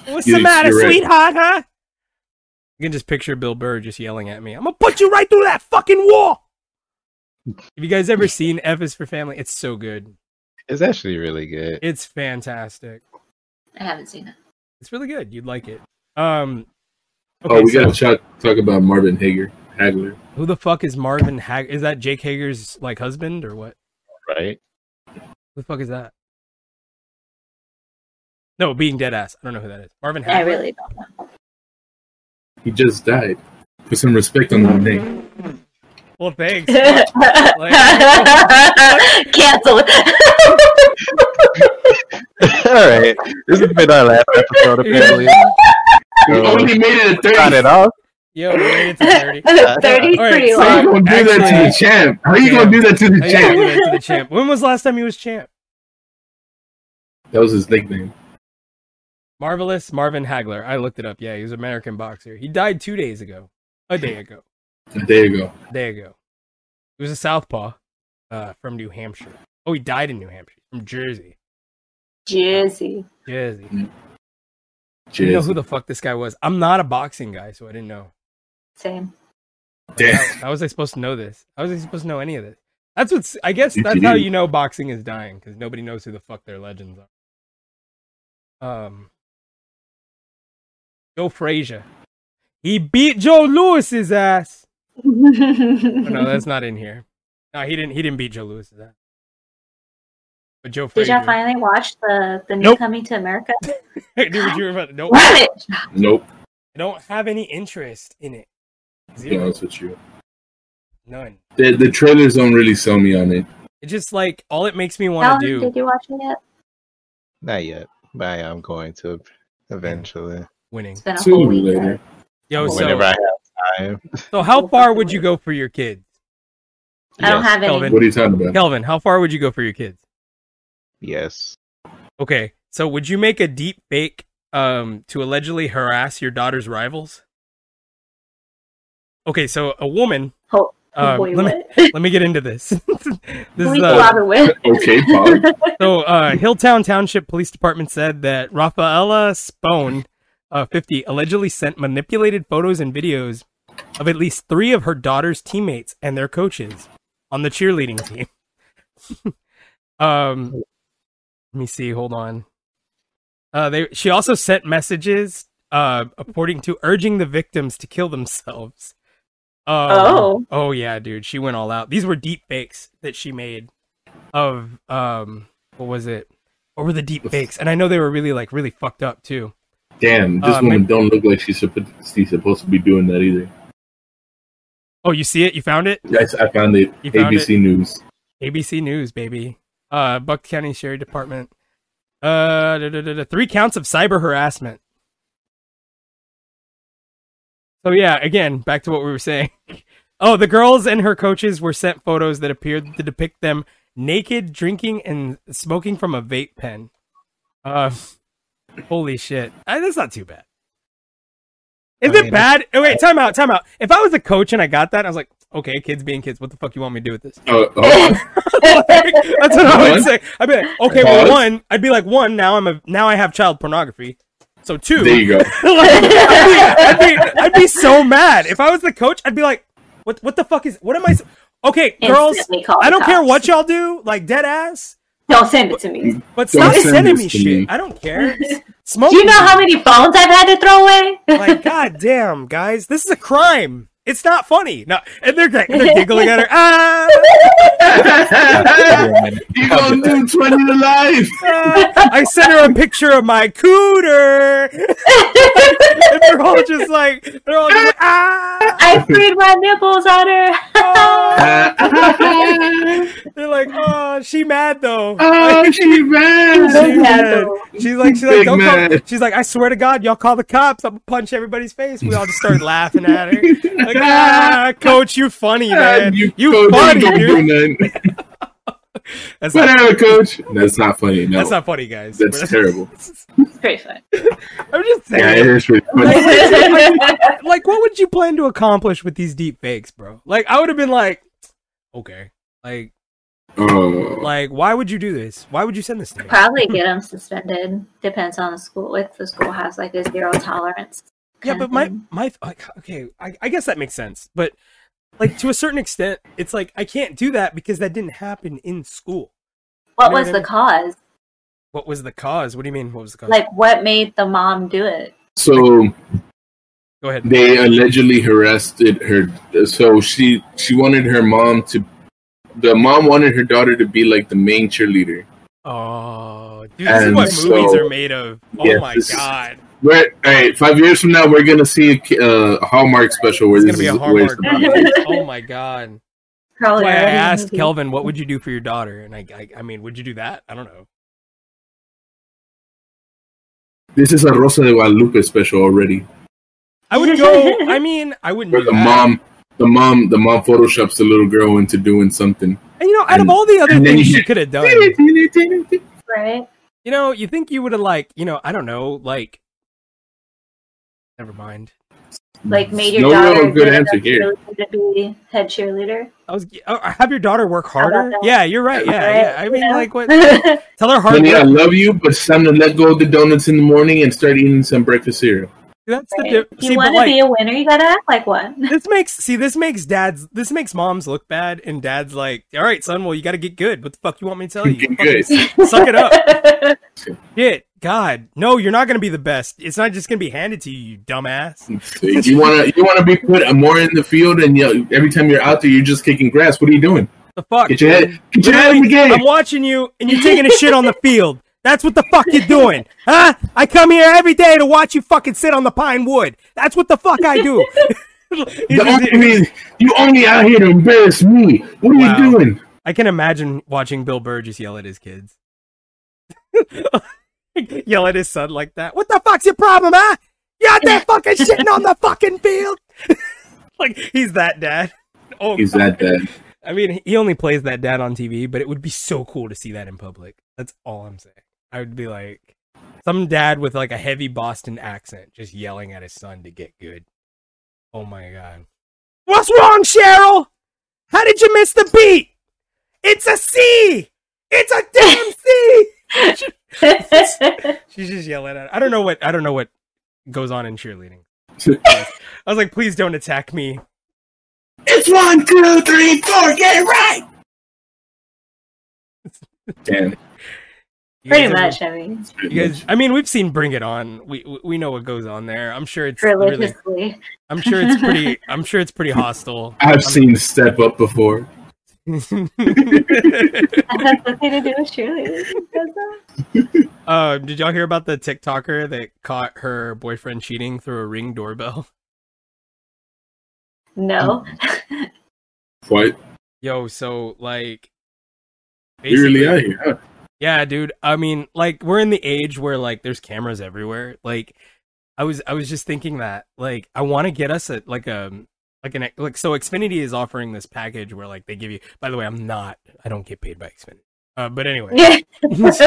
A: What's
B: You-
A: the matter,
B: you're right.
A: sweetheart, huh? You can just picture Bill Burr just yelling at me. I'm gonna put you right through that fucking wall. Have you guys ever seen F is for Family? It's so good.
D: It's actually really good.
A: It's fantastic.
C: I haven't seen it.
A: It's really good. You'd like it. Um. Okay,
B: Oh, we
A: so
B: gotta ch- talk about Marvin Hager. Hagler.
A: who the fuck is Marvin Hag? Is that Jake Hager's like husband or what?
D: Right?
A: Who the fuck is that? No, being dead ass. I don't know who that is. Marvin
C: I
A: Hagler.
C: really don't. know.
B: He just died. Put some respect on that name.
A: Well, thanks.
C: Cancel.
D: All right. This has been our last episode, apparently.
B: We
D: Oh.
B: only made it a
D: Got
B: thirty.
D: it off.
A: Yo, we made it to thirty.
C: Thirty's
A: All right,
C: pretty
A: so-
B: How you
C: long.
B: gonna do that to the
A: Actually-
B: champ? How you
A: Damn.
B: gonna do that to the
A: Oh, yeah,
B: champ?
A: we made it to the champ. When was the last time he was champ?
B: That was his nickname.
A: Marvelous Marvin Hagler. I looked it up. Yeah, he was an American boxer. He died two days ago. A day ago.
B: A day ago.
A: A day ago. He was a southpaw uh, from New Hampshire. Oh, he died in New Hampshire. From Jersey.
C: Jersey.
A: Jersey. I didn't know
B: Cheers.
A: who the fuck this guy was. I'm not a boxing guy, so I didn't know.
C: Same.
B: Damn.
A: How, how was I supposed to know this? How was I supposed to know any of this? That's what's. I guess
B: If
A: that's
B: you
A: how
B: didn't-
A: you know boxing is dying because nobody knows who the fuck their legends are. Um, Joe Frazier, he beat Joe Lewis's ass. Oh, no, that's not in here. No, he didn't. He didn't beat Joe Lewis's ass. But Joe
C: Did
A: Frazier.
C: y'all finally watch the the new
A: Nope.
C: Coming to America?
A: Dude, you were about to- nope.
C: Love it.
B: Nope.
A: I don't have any interest in it.
B: To be
A: Zero.
B: honest with you,
A: None.
B: the the trailers don't really sell me on it.
A: It just like all it makes me
C: How
A: want to do
C: did you watch it yet?
D: Not yet, but I am going to eventually.
A: winning.
C: It's been a whole
B: Sooner
C: week.
B: later.
A: Yo, Oh, so
D: Whenever I have time.
A: So how far would you go for your kids?
C: I don't
D: Yes,
C: have any.
A: Kelvin.
B: What are you talking about?
A: Kelvin, how far would you go for your kids?
D: Yes.
A: Okay. So would you make a deep fake um to allegedly harass your daughter's rivals? Okay, so a woman
C: Oh,
A: um,
C: Wait,
A: let me
C: what? Who
A: let me get into this. this
C: we
A: is uh,
C: collaborate with?
B: Okay, Bob.
A: so uh, Hilltown Township Police Department said that Rafaela Spone, uh, 50, allegedly sent manipulated photos and videos of at least three of her daughter's teammates and their coaches on the cheerleading team. um, let me see. Hold on. Uh, they she also sent messages uh, according to urging the victims to kill themselves. Um,
C: Oh.
A: oh yeah, dude, she went all out. These were deep fakes that she made of um, what was it? What were the deep fakes? And I know they were really like really fucked up too.
B: Damn, this
A: Uh,
B: woman
A: maybe-
B: don't look like she's supposed she's supposed to be doing that either.
A: Oh, you see it? You found it?
B: Yes, I found it.
A: You found
B: ABC News.
A: ABC News, baby. Uh, Bucks County Sheriff Department. Uh, da, da, da, da, three counts of cyber harassment. So yeah, again, back to what we were saying. Oh, the girls and her coaches were sent photos that appeared to depict them naked, drinking, and smoking from a vape pen. Uh, holy shit, I, that's not too bad. Is
D: I
A: it
D: mean,
A: bad? Oh, wait, time out, time out. If I was a coach and I got that, I was like, okay, kids being kids, what the fuck you want me to do with this?
B: Uh, oh,
A: Like, that's what I would
B: One.
A: say. I'd be like, okay, well,
B: Pause.
A: one, I'd be like, one. Now I'm a now I have child pornography. So two,
B: there you go.
A: Like, I'd, be, I'd be I'd be so mad if I was the coach. I'd be like, what what the fuck is what am I? s- Okay, girls,
C: Instantly call
A: I
C: the
A: don't care
C: cops.
A: what y'all do, like dead ass,
C: Don't send it to me.
A: but
B: Don't
A: stop
B: send
A: sending
B: this
A: me
B: to
A: shit.
B: me.
A: I don't care. Smoke.
C: Do you know
A: me.
C: how many phones I've had to throw away?
A: like god damn guys this is a crime it's not funny no and they're, like, they're giggling at her ah
B: you gonna do twenty to life?
A: I sent her a picture of my cooter. And they're all just like, they're all just like, ah.
C: I freed my nipples on her.
A: ah."
B: Uh,
A: They're like, oh, she mad though.
B: oh, she
A: She's
B: ran.
C: Big Ah, mad,
A: mad.
C: though.
A: She's like, she's like,
B: Big
A: don't call.
B: mad.
A: She's like, I swear to God, y'all call the cops. I'm gonna punch everybody's face. We all just start laughing at her. Like, ah, coach, you funny man. You,
B: coach,
A: funny.
B: don't
A: dude."
B: do nothing.
A: That's not,
B: Whatever, coach. That's not funny. No,
A: that's not funny, guys.
B: That's terrible.
C: It's pretty fun.
A: I'm just
B: Yeah,
A: saying.
B: it is really funny.
A: like, what would you plan to accomplish with these deep fakes, bro? Like, I would have been like, okay, like,
B: Oh,
A: like, why would you do this? Why would you send this to me?
C: Probably get them suspended. Depends on the school. If the school has like a zero tolerance.
A: yeah
C: kind
A: but
C: of
A: my
C: thing.
A: my like, okay I, I guess that makes sense but like to a certain extent it's like i can't do that because that didn't happen in school
C: What
A: know
C: was
A: what I
C: the
A: mean?
C: cause?
A: what was the cause what do you mean what was the cause
C: Like, what made the mom do it?
B: so
A: go ahead
B: they allegedly harassed her. So she she wanted her mom to. The mom wanted her daughter to be like the main cheerleader.
A: oh dude this is
B: And
A: what movies
B: so-
A: are made of oh
B: Yeah,
A: my
B: this is-
A: god
B: We're, all right, five years from now, we're gonna see a, uh, a Hallmark special where
A: it's
B: this
A: gonna be a
B: is where
A: hallmark
B: it's-
A: movie. oh my god That's
C: Probably
A: why i
C: already
A: asked
C: maybe.
A: kelvin what would you do for your daughter and I, I i mean would you do that i don't know
B: This is a Rosa de Guadalupe special already.
A: i would go i mean i wouldn't
B: Where
A: do
B: the
A: that.
B: mom, the mom, the mom photoshops the little girl into doing something.
A: and you know out of
B: and-
A: all the other
B: and then
A: things
B: you-
A: she could have done
B: That's
C: Right?
A: You know, you think you would have like, you know, I don't know, like. Never mind.
C: Like, made your
B: No real
C: daughter
B: good
C: get
B: answer
C: enough
B: here.
C: cheerleader To be head cheerleader.
A: I was oh, have your daughter work
C: about
A: harder.
C: that?
A: Yeah, you're right. Yeah,
C: Right?
A: yeah. I mean,
C: Yeah.
A: like, what? Tell her hard
B: Honey, I
A: work.
B: love you, but it's time to let go of the donuts in the morning and start eating some breakfast cereal.
A: That's the
C: Right?
A: di-
C: you
A: see,
C: want
A: but
C: to be
A: like,
C: a winner, you gotta act like one.
A: this makes see this makes dads this makes moms look bad, and dads like, all right, son, well, you got to get good. What the fuck you want me to tell you?
B: Get
A: Fucking
B: good.
A: s- Suck it up. Shit, God, no, you're not gonna be the best. It's not just gonna be handed to you, you dumbass.
B: Mm. You wanna, you wanna be put more in the field, and you every time you're out there, you're just kicking grass. What are you doing?
A: The fuck.
B: Get your head, get your head in the
A: Literally, I'm
B: game.
A: watching you and you're taking a shit on the field. That's what the fuck you're doing. Huh? I come here every day to watch you fucking sit on the pine wood. That's what the fuck I do.
B: The only reason- you only out here to embarrass me. What are
A: Wow.
B: you doing?
A: I can imagine watching Bill Burr just yell at his kids. yell at his son like that. What the fuck's your problem, huh? You're out there fucking shitting on the fucking field. like, he's that dad. Oh,
B: He's that bad.
A: I mean, he only plays that dad on TV, but it would be so cool to see that in public. That's all I'm saying. I would be like some dad with like a heavy Boston accent just yelling at his son to get good. Oh my god. What's wrong, Cheryl? How did you miss the beat? It's a C! It's a damn C! She's just yelling at I don't know what I don't know what goes on in cheerleading. I was like, please don't attack me.
B: It's one, two, three, four. Get it right. Damn.
A: You guys
C: Pretty
A: ever-
C: much, I mean,
B: it's pretty
A: You guys,
B: much-
A: I mean, we've seen Bring It On. We we- we know what goes on there. I'm sure it's really.
C: religiously.
A: I'm sure it's pretty. I'm sure it's pretty hostile.
B: I've seen Step Up before.
C: That has nothing to do with cheerleading. does it?
A: uh, did y'all hear about the TikToker that caught her boyfriend cheating through a ring doorbell?
C: No.
B: What?
A: Yo, so like,
B: You really
A: basically-
B: out here? huh?
A: Yeah, dude. I mean, like we're in the age where like there's cameras everywhere. Like I was I was just thinking that like I want to get us a like um like an like so Xfinity is offering this package where like they give you By the way, I'm not I don't get paid by Xfinity. Uh, but anyway,
C: Yeah. Unless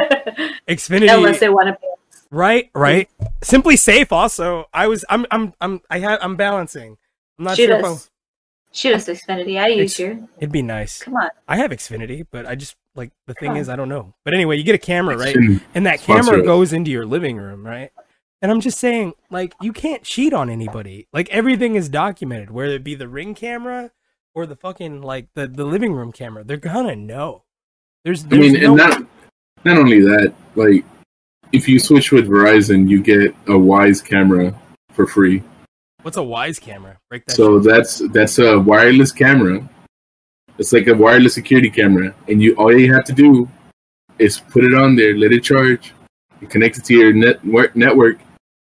A: Xfinity
C: they want to be.
A: right, right. Simply safe also. I was I'm I'm I'm I ha- I'm balancing. I'm not
C: Shoot
A: sure if
C: us. Shoot us, Xfinity. I use you.
A: I, it'd be nice.
C: Come on.
A: I have Xfinity, but I just like the thing
C: Huh.
A: is I don't know. But anyway, you get a camera, right?
B: And
A: and that
B: Sponsor
A: camera
B: it.
A: goes into your living room, right? And I'm just saying, like, you can't cheat on anybody. Like everything is documented, whether it be the ring camera or the fucking like the, the living room camera. They're gonna know. There's,
B: I
A: there's
B: mean,
A: no,
B: and not not only that, like if you switch with Verizon, you get a Wise camera for free.
A: what's a wise camera? Break that.
B: so that's that's a wireless camera It's like a wireless security camera, and you all you have to do is put it on there, let it charge, you connect it to your network, network,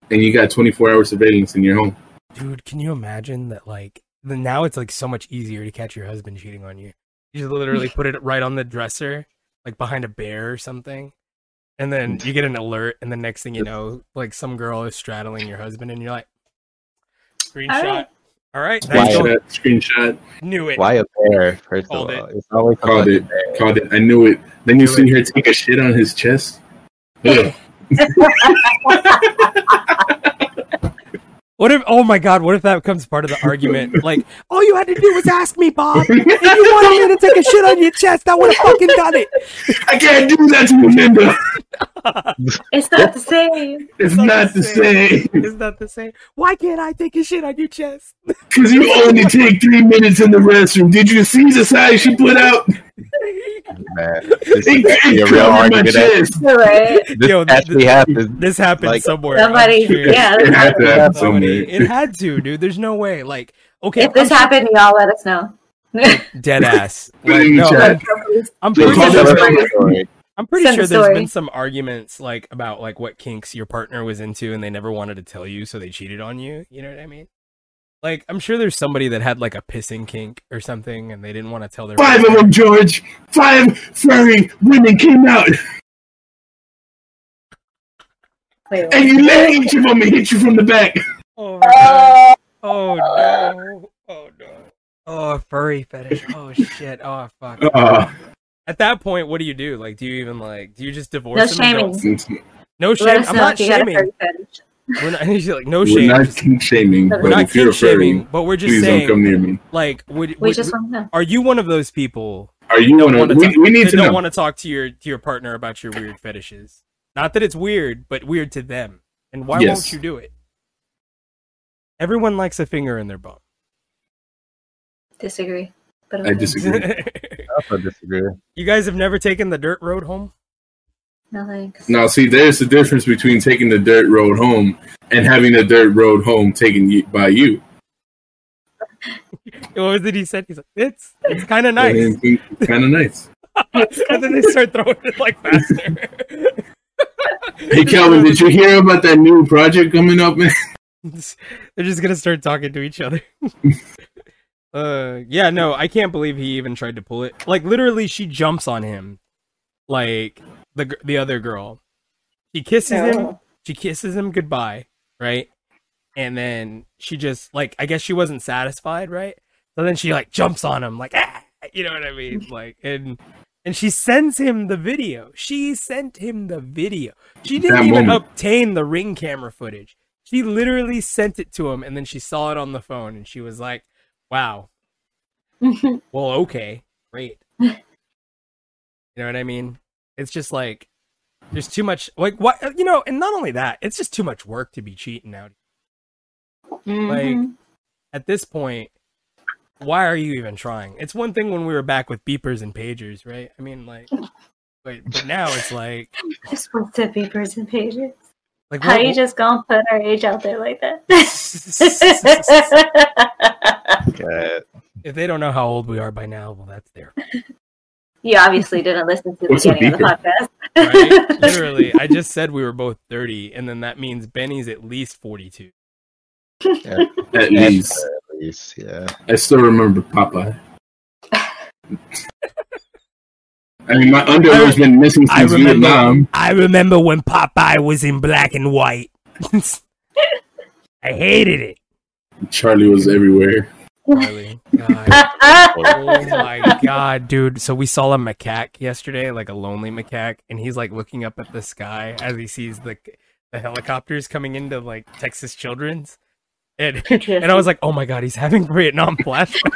B: and you got 24 hour surveillance in your home.
A: Dude, can you imagine that? Like the- now, it's like so much easier to catch your husband cheating on you. You just literally put it right on the dresser, like behind a bear or something, and then
B: Mm.
A: you get an alert. And the next thing you know, like some girl is straddling your husband, and you're like, screenshot. All right,
C: right.
A: that's
D: Why-
A: going-
B: Screenshot, screenshot,
A: knew it.
D: Why a bear? First
A: Called
D: of
A: it.
D: all, it's always a
B: Called it.
D: fucking bear.
B: called it. I knew it. Then you see her take a shit on his chest. Ugh.
A: What if? Oh my God! What if that becomes part of the argument? Like, all you had to do was ask me, Bob. If you wanted me to take a shit on your chest, I would have fucking done it.
B: I can't do that to you, Linda.
C: It's not the same.
B: It's not the same
A: Isn't that the same? Why can't I take a shit on your chest?
B: because you only take three minutes in the restroom. Did you see the size she put out?
D: Man, this
B: It,
D: is actually a
B: it
D: real
B: covered my
D: argument. That,
B: chest.
C: Right?
D: this
A: Yo, th-
D: actually happened.
A: This happened
D: Like-
A: somewhere. I'm
C: Somebody,
A: sure.
C: yeah.
B: It had
C: This
B: to
C: happened.
B: happen
A: Somebody-
B: somewhere.
A: It had to, dude. There's no way. Like, okay,
C: If this
A: I'm
C: happened, y'all let us know.
A: dead ass.
B: Put it
A: Like,
B: in the
A: no,
B: chat.
A: I'm,
C: Please.
A: I'm
B: They
A: pretty
B: called
A: sure.
B: it
A: there's-
B: a-
A: I'm pretty
C: Send
A: sure
C: the
A: there's
C: story.
A: been some arguments like about like what kinks your partner was into and they never wanted to tell you, so they cheated on you. You know what I mean? Like, I'm sure there's somebody that had like a pissing kink or something, and they didn't want to tell their
B: Five of
A: partner.
B: them, George. Five furry women came out,
C: Wait,
B: and you let each of them hit you from the back.
A: Oh, my God.
B: Uh,
C: wait.
A: oh no! Oh no! Oh, a furry fetish. Oh shit! Oh fuck!
B: Uh,
A: At that point, what do you do? Like, do you even like? Do you just divorce?
C: No
A: them and
C: shaming.
A: don't-
B: it's-
A: No
C: Let
A: shame.
C: us
A: I'm
C: know
A: not
C: if you got a
A: shaming.
C: furry fetish.
A: We're not. She's like, no
B: We're
A: shame.
B: not kink shaming,
C: We're
B: but
A: We're not
B: if you're a
A: kink
B: furry,
A: shaming, but we're just
B: please
A: saying,
B: don't come near me.
A: like, would,
C: We
A: would
C: just want to know.
A: are you one of those people
B: Are you
A: that
B: one
A: wanna
B: of? We,
A: talk-
B: we need
A: that
B: to
A: don't
B: know.
A: want to talk to your to your partner about your weird fetishes? Not that it's weird, but weird to them. And why won't
B: Yes.
A: you do it? Everyone likes a finger in their bum.
C: Disagree. But
B: I
C: okay.
B: disagree.
D: I also disagree.
A: you guys have never taken the dirt road home?
C: No thanks.
B: Now, see, there's the difference between taking the dirt road home and having the dirt road home taken y- by you.
A: What was it he said? He's like, it's it's kind of nice.
B: kind of nice.
A: and then they start throwing it like faster.
B: Hey, Calvin, did you hear about that new project coming up? man?
A: They're just gonna start talking to each other. uh, yeah, no, I can't believe he even tried to pull it. Like literally, she jumps on him, like the gr- the other girl. She kisses him. She kisses him goodbye, right? And then she just like I guess she wasn't satisfied, right? So then she like jumps on him, like ah, you know what I mean, like and and she sends him the video. She sent him the video. She didn't
B: That
A: even
B: moment.
A: obtain the ring camera footage. She literally sent it to him, and then she saw it on the phone, and she was like, "Wow, well, okay, great." you know what I mean? It's just like there's too much, like what you know, and not only that, it's just too much work to be cheating out
C: Mhm.
A: at this point, why are you even trying? It's one thing when we were back with beepers and pagers, right? I mean, like, but, but now it's like,
C: Just want to be person pages.
A: like
C: How
A: what-
C: you just gonna put our age out there like that?
D: God.
A: if they don't know how old we are by now, well, that's their
C: you obviously didn't listen to the
B: What's a
C: beginning of the podcast.
A: right? Literally, I just said we were both thirty, and then that means Benny's at least forty-two.
B: At
D: At
B: least
D: least, yeah.
B: I still remember Popeye. I mean, my underwear's been missing
A: I
B: since
A: remember.
B: Vietnam.
A: I remember when Popeye was in black and white. I hated it.
B: Charlie was everywhere.
A: God. oh my god, dude! So we saw a macaque yesterday, like a lonely macaque, and he's like looking up at the sky as he sees the the helicopters coming into like Texas Children's, and and I was like, oh my god, he's having Vietnam flashbacks.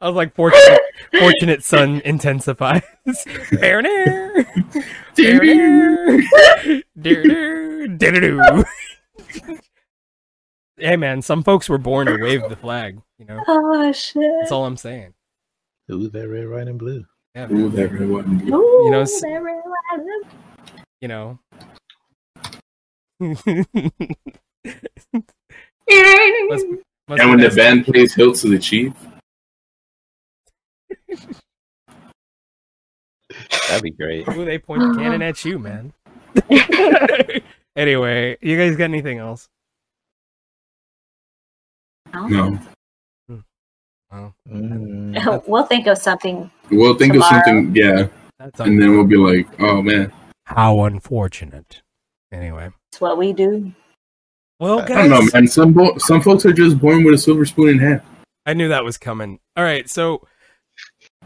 A: I was like, fortunate, fortunate son intensifies. Fair enough. Fair enough. Doo-doo. Doo-doo-doo. Hey man, some folks were born to wave the flag, you know.
C: oh shit!
A: That's all I'm saying.
D: Ooh, that red, white, and blue.
A: Yeah, man.
B: Ooh, that red, white, and blue.
C: Ooh,
A: you know, s-
C: that realized it.
A: you know.
C: You know what I mean?
A: Must- must
B: And when
A: be
B: the
A: nice-
B: band plays "Hill to the Chief,"
D: That'd be great.
A: Ooh, they point the cannon at you, man. anyway, you guys got anything else?
B: No.
A: Oh,
D: Mm.
C: No. We'll think of something.
B: We'll think
C: Tomorrow.
B: of something, yeah,
A: that's
B: and then we'll be like, oh man,
A: how unfortunate. Anyway,
C: It's what we do.
A: well,
D: I
A: guys,
B: I don't know, man. Some bo- some folks are just born with a silver spoon in hand.
A: I knew that was coming. All right, so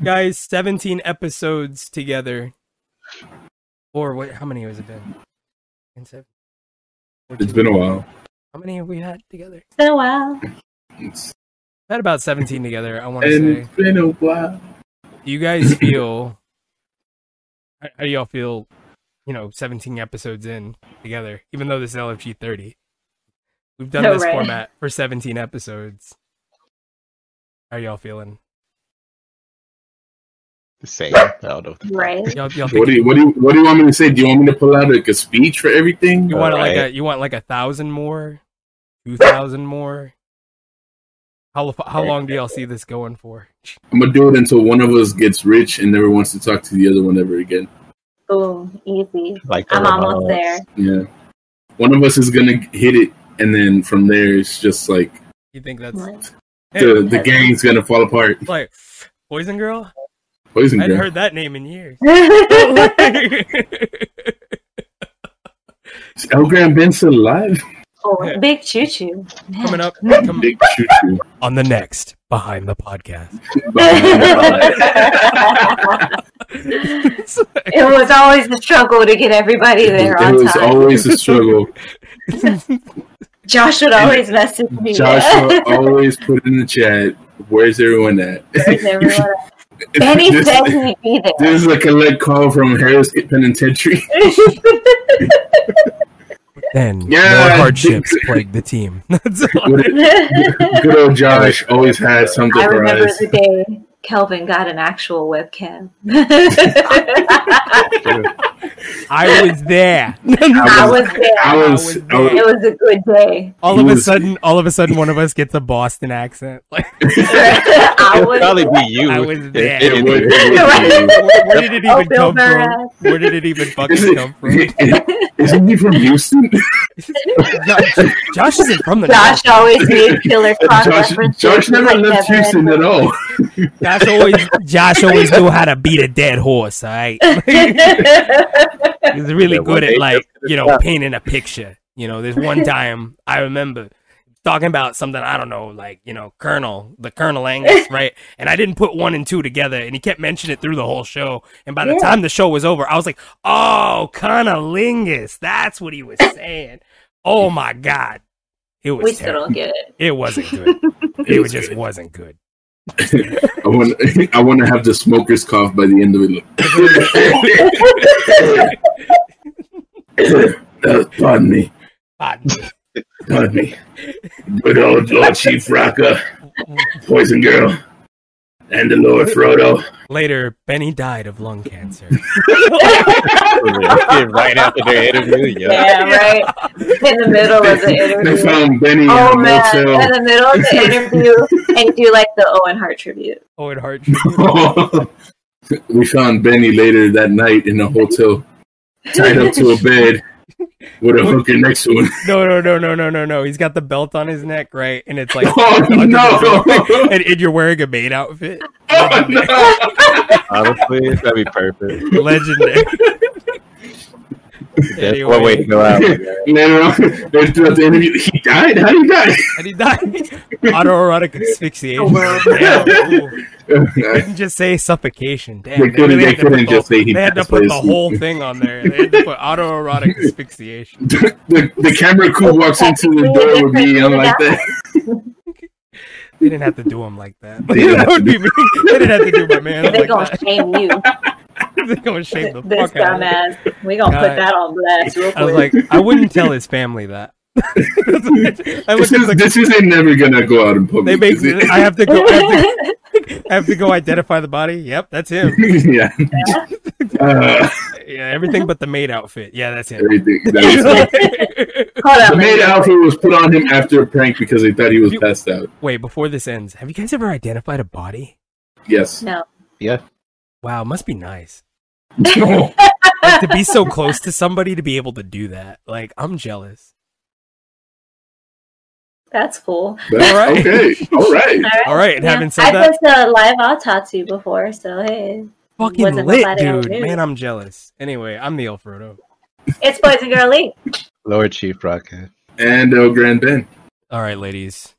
A: guys, 17 episodes together. Or what how many has it been? And seven-
B: It's been a while.
A: How many have we had together?
C: It's been a while.
B: It's,
A: We had about 17 together, I want to
B: and
A: say.
B: it's been a while.
A: Do you guys feel how how do y'all feel, you know, 17 episodes in together, even though this is LFG 30? We've done
C: No,
A: this
C: right.
A: format for 17 episodes. How y'all feeling?
D: The same. I don't know. what the fuck.
C: Right.
A: Y'all, y'all
B: What
A: think
B: do you what do you what do you want me to say? Do you want me to pull out like a speech for everything?
A: You want like
D: Alright.
A: a you want like a thousand more, two thousand more. How lo- how long do y'all see this going for?
B: I'm gonna do it until one of us gets rich and never wants to talk to the other one ever again.
C: Boom. Easy.
D: Like uh, the
C: I'm almost
D: Ramones.
C: there.
B: Yeah, one of us is gonna hit it, and then from there it's just like
A: You think that's
C: Like,
B: the the gang's gonna fall apart.
A: like Poison Girl?
B: Poison
A: I hadn't
B: girl,
A: heard that name in years.
B: is El Grande been still alive?
C: oh, big choo choo.
A: Coming up com-
B: Big shoot you.
A: on the next behind the podcast.
C: it
A: It's like-
C: was always the struggle to get everybody there
B: it
C: on
B: was
C: time.
B: always a struggle.
C: Josh would always message me.
B: Joshua always put in the chat, "Where's everyone at?"
C: Where's everyone at? Benny said
B: this,
C: he'd be there.
B: this is a collect call from Harris Penitentiary.
A: then
B: Yeah,
A: more
B: I
A: hardships
B: think-
A: plagued the team. That's all.
B: Good good old Josh always had something
C: I
B: for
C: remember
B: us.
C: the day Kelvin got an actual webcam.
A: I was there.
C: I was there.
B: I was, I was,
C: It was a good day.
A: all of
B: He
A: a
B: was-
A: sudden, all of a sudden, one of us gets a Boston accent. Like,
C: I
D: It'd
C: was
D: probably be you.
A: I was
D: If
A: there.
B: it would-
D: anything.
B: it
A: where,
B: would-
A: where did it
C: Oh,
A: even
C: Bill
A: come from?
C: Murray.
A: Where did it even fucking come from?
B: Isn't he from Houston?
A: Josh, Josh isn't from the
C: Josh
A: North.
C: always made killer cross
B: Josh,
C: references.
B: Josh never
C: like
B: left
C: Devin.
B: Houston at all.
A: Josh always Josh always knew how to beat a dead horse. All right, he's really
D: Yeah, one
A: good
D: day
A: at like you know
D: top.
A: painting a picture. You know, there's one time I remember talking about something I don't know, like you know Colonel, the Colonel Angus, right? And I didn't put one and two together, and he kept mentioning it through the whole show. And by the
C: Yeah.
A: time the show was over, I was like, oh, Conolingus, that's what he was saying. Oh my god, it was
C: we still
A: terrible.
C: don't get it.
A: It wasn't good.
B: It
A: it
B: was
A: just
B: good.
A: wasn't good.
B: I want, I want to have the smoker's cough by the end of it. Uh, Pardon me.
A: Pardon me.
B: Pardon me. Good old Lord Chief Rocka, Poison Girl, and the Lord Frodo.
A: Later, Benny died of lung cancer.
D: right after their interview, yeah.
C: Yeah, right. In the middle of the
B: They
C: interview.
B: found Benny
C: Oh
B: in a
C: man, in
B: motel.
C: the middle of the interview, and you do like the Owen Hart tribute.
A: Owen Hart.
B: we found Benny later that night in a hotel, tied up to a bed with a hooker next to him.
A: No, no, no, no, no, no, no. He's got the belt on his neck, right? And it's like,
B: Oh
A: under the
B: no!
A: belt. And, and you're wearing a maid outfit.
B: Oh, no.
D: Honestly, that'd be perfect.
A: Legendary.
D: That's one way to go out.
B: Later on, later throughout the interview, he died. How did he die?
A: and he died. Autoerotic asphyxiation.
C: Oh, wow.
A: Damn, ooh. Couldn't just say suffocation. Damn.
B: They couldn't-
A: really
B: they
A: had to
B: couldn't
A: put the-
B: just say he
A: They had to
B: passed
A: put
B: away.
A: the whole thing on there. They had to put autoerotic asphyxiation.
B: the, the camera crew walks into the door with me. I'm like that.
A: They didn't have to do him like that.
B: They
A: that
B: didn't have to
A: would be me. They didn't have to do my man
C: They're
A: like
C: gonna
A: that.
C: shame you,
A: They're gonna shame the
C: this
A: fuck out of him.
C: dumbass. We gonna
A: God.
C: put that on blast real quick.
A: I was like, I wouldn't tell his family that. I would
B: This is,
A: just like,
B: this is never gonna go out in public.
A: they make.
B: is it?
A: I have to go. I have to, I have to go identify the body. Yep, that's him.
B: yeah. Uh,
A: Yeah, everything but the maid outfit. Yeah, that's him.
B: everything. That was funny.
C: Hold up,
B: the maid
C: man.
B: outfit was put on him after a prank because they thought he was
A: You-
B: passed out.
A: Wait, before this ends, have you guys ever identified a body?
B: Yes.
C: No,
D: Yeah.
A: Wow, must be nice.
B: No.
A: Like to be so close to somebody to be able to do that. Like I'm jealous.
C: That's cool.
B: That's-
A: All right.
B: Okay. All right.
A: All right, and
C: Yeah,
A: having said
C: I've
A: that,
C: been to a live autopsy before, so hey,
A: fucking
C: wasn't
A: lit,
C: nobody on
A: dude.
C: news.
A: Man, I'm jealous. Anyway, I'm the Alfredo.
C: it's Boys and Girl League.
D: Lord Chief Rocket.
B: And El Grand Ben.
A: All right, ladies.